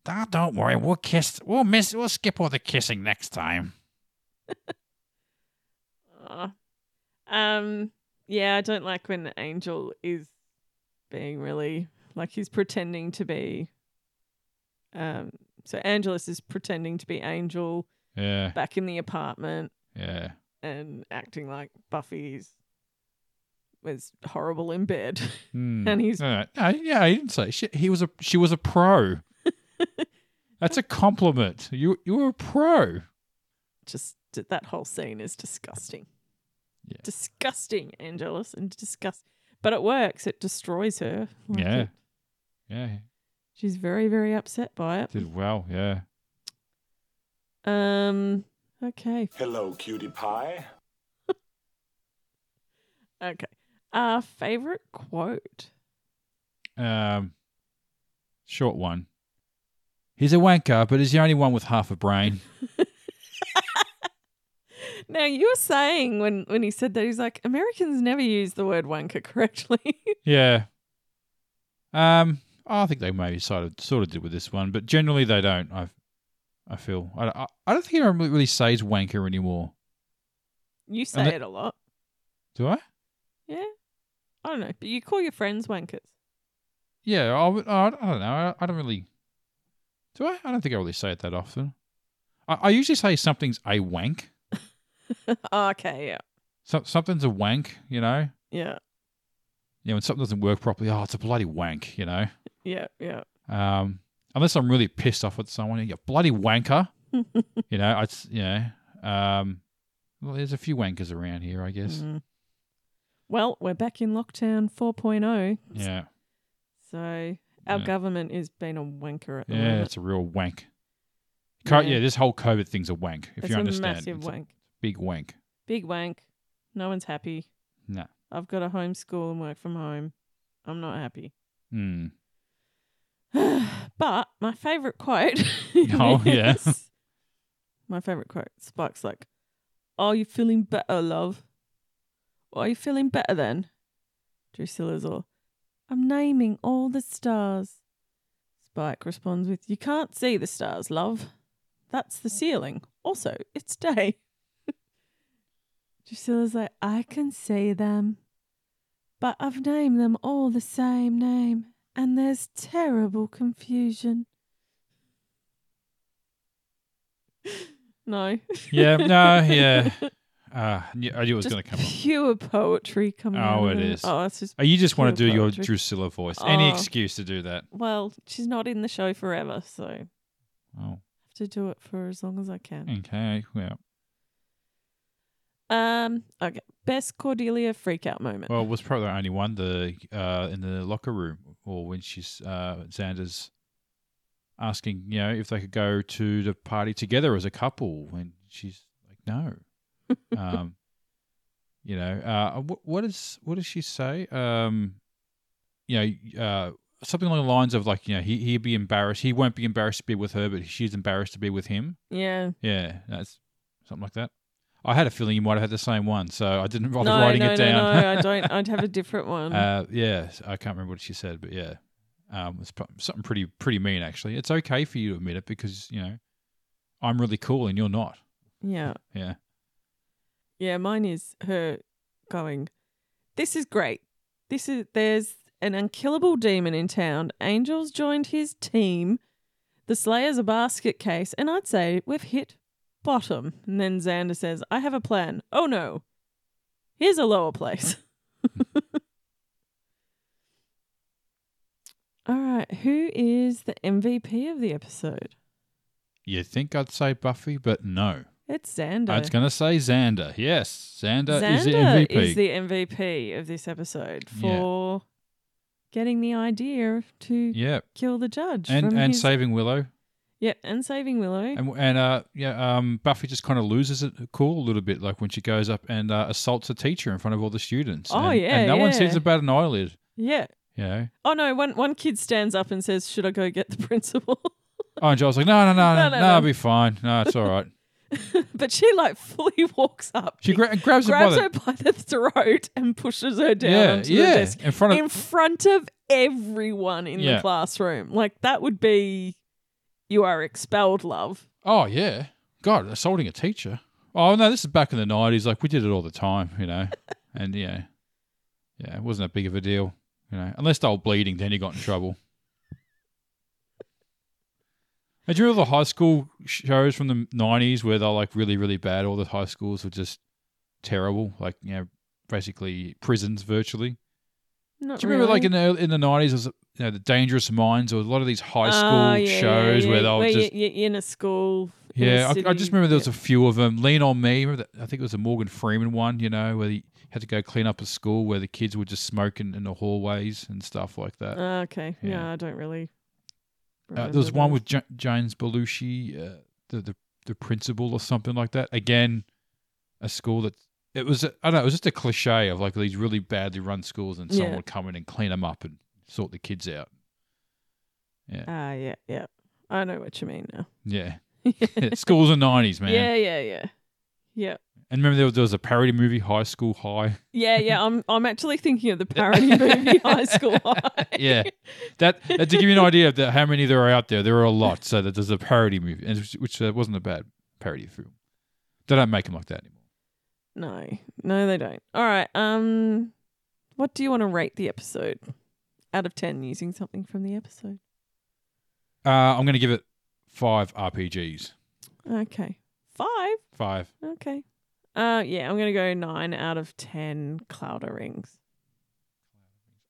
Speaker 1: Ah, don't worry. We'll kiss. We'll miss. We'll skip all the kissing next time.
Speaker 2: Aw. Um, yeah, I don't like when Angel is being really like he's pretending to be. Um, so Angelus is pretending to be Angel
Speaker 1: Yeah.
Speaker 2: back in the apartment
Speaker 1: Yeah.
Speaker 2: and acting like Buffy's was horrible in bed.
Speaker 1: Hmm.
Speaker 2: And he's-
Speaker 1: No, no, no, yeah, he didn't say she, he was a she was a pro. That's a compliment. You you were a pro.
Speaker 2: Just that whole scene is disgusting.
Speaker 1: Yeah.
Speaker 2: Disgusting, Angelus, and disgust. But it works. It destroys her. Like,
Speaker 1: Yeah.
Speaker 2: it-
Speaker 1: Yeah,
Speaker 2: she's very, very upset by it.
Speaker 1: did well. Yeah.
Speaker 2: Um. Okay.
Speaker 3: Hello, cutie pie.
Speaker 2: Okay. Uh favorite quote.
Speaker 1: Um, short one. He's a wanker, but he's the only one with half a brain.
Speaker 2: Now you were saying when when he said that he's like Americans never use the word wanker correctly.
Speaker 1: yeah. Um, I think they maybe sort of sort of did with this one, but generally they don't. I, I feel I, I, I don't think anyone really says wanker anymore.
Speaker 2: you say
Speaker 1: that-
Speaker 2: it a lot.
Speaker 1: Do I?
Speaker 2: Yeah. I don't know, but you call your friends wankers.
Speaker 1: Yeah, I, would- I don't I don't know. I, I don't really. Do I? I don't think I really say it that often. I, I usually say something's a wank.
Speaker 2: Ah, okay. Yeah.
Speaker 1: So, something's a wank, you know?
Speaker 2: Yeah.
Speaker 1: You know, when something doesn't work properly, oh, it's a bloody wank, you know?
Speaker 2: Yeah. Yeah.
Speaker 1: Um, unless I'm really pissed off with someone, you bloody wanker. you know, I, you know, um, well, there's a few wankers around here, I guess.
Speaker 2: Mm. Well, we're back in lockdown 4.0,
Speaker 1: Yeah.
Speaker 2: so our
Speaker 1: Yeah.
Speaker 2: government is being a wanker at the
Speaker 1: Yeah,
Speaker 2: moment.
Speaker 1: it's a real wank. Co-
Speaker 2: Yeah.
Speaker 1: yeah. this whole COVID thing's a wank, if
Speaker 2: it's
Speaker 1: you
Speaker 2: a
Speaker 1: understand.
Speaker 2: massive
Speaker 1: It's a
Speaker 2: wank.
Speaker 1: big wank.
Speaker 2: Big wank. No one's happy.
Speaker 1: No.
Speaker 2: I've got to homeschool and work from home. I'm not happy.
Speaker 1: Hmm.
Speaker 2: but my favorite quote.
Speaker 1: Oh, yeah.
Speaker 2: is- My favorite quote. Spike's like, Are you feeling better, love? Or are you feeling better then? Drusilla's all, I'm naming all the stars. Spike responds with, You can't see the stars, love. That's the ceiling. Also, it's day. Drusilla's like, I can see them. But I've named them all the same name, and there's terrible confusion. no.
Speaker 1: Yeah, no, yeah. Uh, yeah, I knew it was
Speaker 2: Just
Speaker 1: going to come up.
Speaker 2: Pure poetry coming
Speaker 1: Oh,
Speaker 2: out. of
Speaker 1: it
Speaker 2: her.
Speaker 1: is.
Speaker 2: Oh, it's just
Speaker 1: Uh, You just want to
Speaker 2: Pure
Speaker 1: do your
Speaker 2: poetry.
Speaker 1: Drusilla voice. Any
Speaker 2: Oh.
Speaker 1: excuse to do that.
Speaker 2: well, she's not in the show forever, so I have
Speaker 1: Oh,
Speaker 2: to do it for as long as I can.
Speaker 1: okay. Well,
Speaker 2: Um, okay. Best Cordelia freakout moment.
Speaker 1: well, it was probably the only one the uh, in the locker room or when she's uh, Xander's asking, you know, if they could go to the party together as a couple, and she's like, no. um, you know, uh, what, what is what does she say? Um, you know, uh, something along the lines of like, you know, he he'd be embarrassed. He won't be embarrassed to be with her, but she's embarrassed to be with him.
Speaker 2: yeah.
Speaker 1: Yeah, that's something like that. I had a feeling you might have had the same one, so I didn't bother
Speaker 2: No,
Speaker 1: writing
Speaker 2: no,
Speaker 1: it
Speaker 2: no,
Speaker 1: down.
Speaker 2: no, I don't. I'd have a different one.
Speaker 1: uh, yeah, I can't remember what she said, but yeah, um, it's pro- something pretty pretty mean actually. It's okay for you to admit it because you know I'm really cool and you're not.
Speaker 2: yeah.
Speaker 1: Yeah,
Speaker 2: Yeah, mine is her going, This is great. This is there's an unkillable demon in town. Angel's joined his team. The Slayer's a basket case, and I'd say we've hit bottom. And then Xander says, I have a plan. Oh no. Here's a lower place. All right, who is the MVP of the episode?
Speaker 1: you think I'd say Buffy, but no,
Speaker 2: It's Xander.
Speaker 1: I was going to say Xander. Yes, Xander,
Speaker 2: Xander
Speaker 1: is the MVP.
Speaker 2: is the MVP of this episode
Speaker 1: Yeah.
Speaker 2: for getting the idea to
Speaker 1: yeah,
Speaker 2: kill the judge
Speaker 1: and
Speaker 2: from
Speaker 1: and
Speaker 2: his-
Speaker 1: saving Willow,
Speaker 2: yeah, and saving Willow.
Speaker 1: and and uh yeah, um Buffy just kind of loses it cool a little bit, like when she goes up and uh, assaults a teacher in front of all the students.
Speaker 2: Oh,
Speaker 1: and,
Speaker 2: yeah,
Speaker 1: and no one
Speaker 2: yeah.
Speaker 1: sees about an eyelid.
Speaker 2: yeah.
Speaker 1: You know,
Speaker 2: Oh no, one one kid stands up and says, "Should I go get the principal?"
Speaker 1: oh, and Joel's like, no, no, no, no,
Speaker 2: No,
Speaker 1: no,
Speaker 2: no, no.
Speaker 1: I'll be fine. No, it's all right.
Speaker 2: but she like fully walks up.
Speaker 1: She gra- grabs,
Speaker 2: grabs
Speaker 1: her by
Speaker 2: her by the throat and pushes her
Speaker 1: the
Speaker 2: down onto
Speaker 1: yeah,
Speaker 2: the
Speaker 1: yeah,
Speaker 2: desk
Speaker 1: in front of
Speaker 2: in front of everyone in
Speaker 1: Yeah.
Speaker 2: the classroom. Like that would be you are expelled, love.
Speaker 1: Oh yeah, God, assaulting a teacher. Oh no, this is back in the nineties. Like we did it all the time, you know. and yeah, yeah, it wasn't that big of a deal, you know. Unless they were bleeding, then you got in trouble. And do you remember the high school shows from the nineties where they're like really, really bad? All the high schools were just terrible, like you know, basically prisons virtually.
Speaker 2: Not
Speaker 1: Do you remember, like in
Speaker 2: really.
Speaker 1: the early- in the nineties, was you know the Dangerous Minds or a lot of these high school
Speaker 2: Oh, yeah, yeah,
Speaker 1: shows
Speaker 2: yeah.
Speaker 1: where they were
Speaker 2: you-
Speaker 1: just
Speaker 2: you- you're in a school. in a
Speaker 1: yeah, I, I just
Speaker 2: city.
Speaker 1: remember there was
Speaker 2: Yeah.
Speaker 1: a few of them. Lean on Me. Remember that? I think it was a Morgan Freeman one. You know, where he had to go clean up a school where the kids were just smoking in the hallways and stuff like that. Uh,
Speaker 2: Ah, okay. Yeah,
Speaker 1: Yeah. Uh,
Speaker 2: I don't really.
Speaker 1: there
Speaker 2: remember
Speaker 1: was one
Speaker 2: those.
Speaker 1: with J- James Belushi, uh, the, the the principal or something like that. Again, a school that it was. I don't know. It was just a cliche of like these really badly run schools, and someone
Speaker 2: Yeah.
Speaker 1: would come in and clean them up and sort the kids out.
Speaker 2: Ah, yeah, yeah. I know what you mean now.
Speaker 1: Yeah, schools in nineties, man.
Speaker 2: Yeah, yeah, yeah. Yeah.
Speaker 1: And remember there was, there was a parody movie, High School High.
Speaker 2: Yeah, yeah. I'm I'm actually thinking of the parody movie High School High.
Speaker 1: yeah, that, that to give you an idea of the, how many there are out there, there are a lot. So that there's a parody movie, and which, which uh, wasn't a bad parody film. They don't make them like that anymore.
Speaker 2: No, no, they don't. All right. Um, what do you want to rate the episode out of ten using something from the episode?
Speaker 1: Uh, I'm going to give it five RPGs.
Speaker 2: Okay, five.
Speaker 1: Five.
Speaker 2: Okay. Uh, yeah, I'm gonna go nine out of ten clouder rings.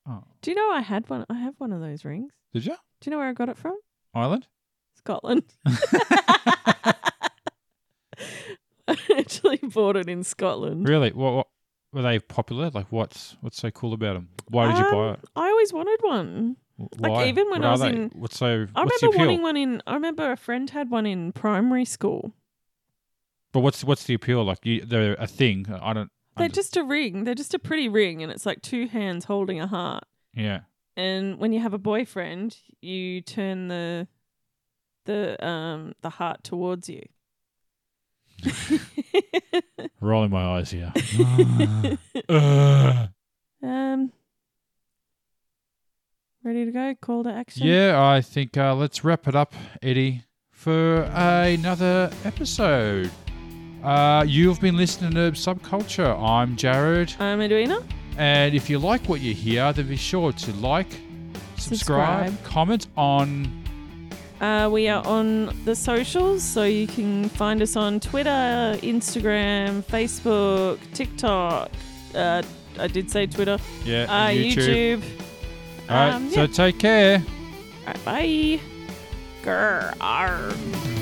Speaker 1: Oh,
Speaker 2: Do you know I had one? I have one of those rings.
Speaker 1: did you
Speaker 2: Do you know where I got it from?
Speaker 1: Island?
Speaker 2: Scotland. I actually bought it in Scotland.
Speaker 1: Really? What, what were they popular? Like, what's what's so cool about them? Why did you buy
Speaker 2: Um,
Speaker 1: it?
Speaker 2: I always wanted one.
Speaker 1: Wh-
Speaker 2: like,
Speaker 1: Why?
Speaker 2: even when
Speaker 1: What
Speaker 2: I
Speaker 1: are
Speaker 2: was
Speaker 1: they?
Speaker 2: in-
Speaker 1: what's so?
Speaker 2: I
Speaker 1: what's the
Speaker 2: remember
Speaker 1: appeal?
Speaker 2: wanting one in. I remember a friend had one in primary school.
Speaker 1: But what's what's the appeal? Like, you, they're a thing. I don't.
Speaker 2: They're
Speaker 1: under-
Speaker 2: just a ring. They're just a pretty ring, and it's like two hands holding a heart.
Speaker 1: yeah.
Speaker 2: And when you have a boyfriend, you turn the the um the heart towards you.
Speaker 1: Rolling my eyes here. Ah. Ugh.
Speaker 2: um, ready to go? Call to action.
Speaker 1: Yeah, I think uh, let's wrap it up, Eddie, for another episode. Uh, you've been listening to Subculture. I'm Jared.
Speaker 2: I'm Edwina.
Speaker 1: And if you like what you hear, then be sure to like, subscribe,
Speaker 2: Subscribe.
Speaker 1: comment on.
Speaker 2: Uh, we are on the socials, so you can find us on Twitter, Instagram, Facebook, TikTok. Uh, I did say Twitter.
Speaker 1: Yeah,
Speaker 2: Uh,
Speaker 1: and YouTube.
Speaker 2: YouTube.
Speaker 1: All right,
Speaker 2: um,
Speaker 1: so
Speaker 2: yeah.
Speaker 1: take care.
Speaker 2: All right, bye. Grr, arr.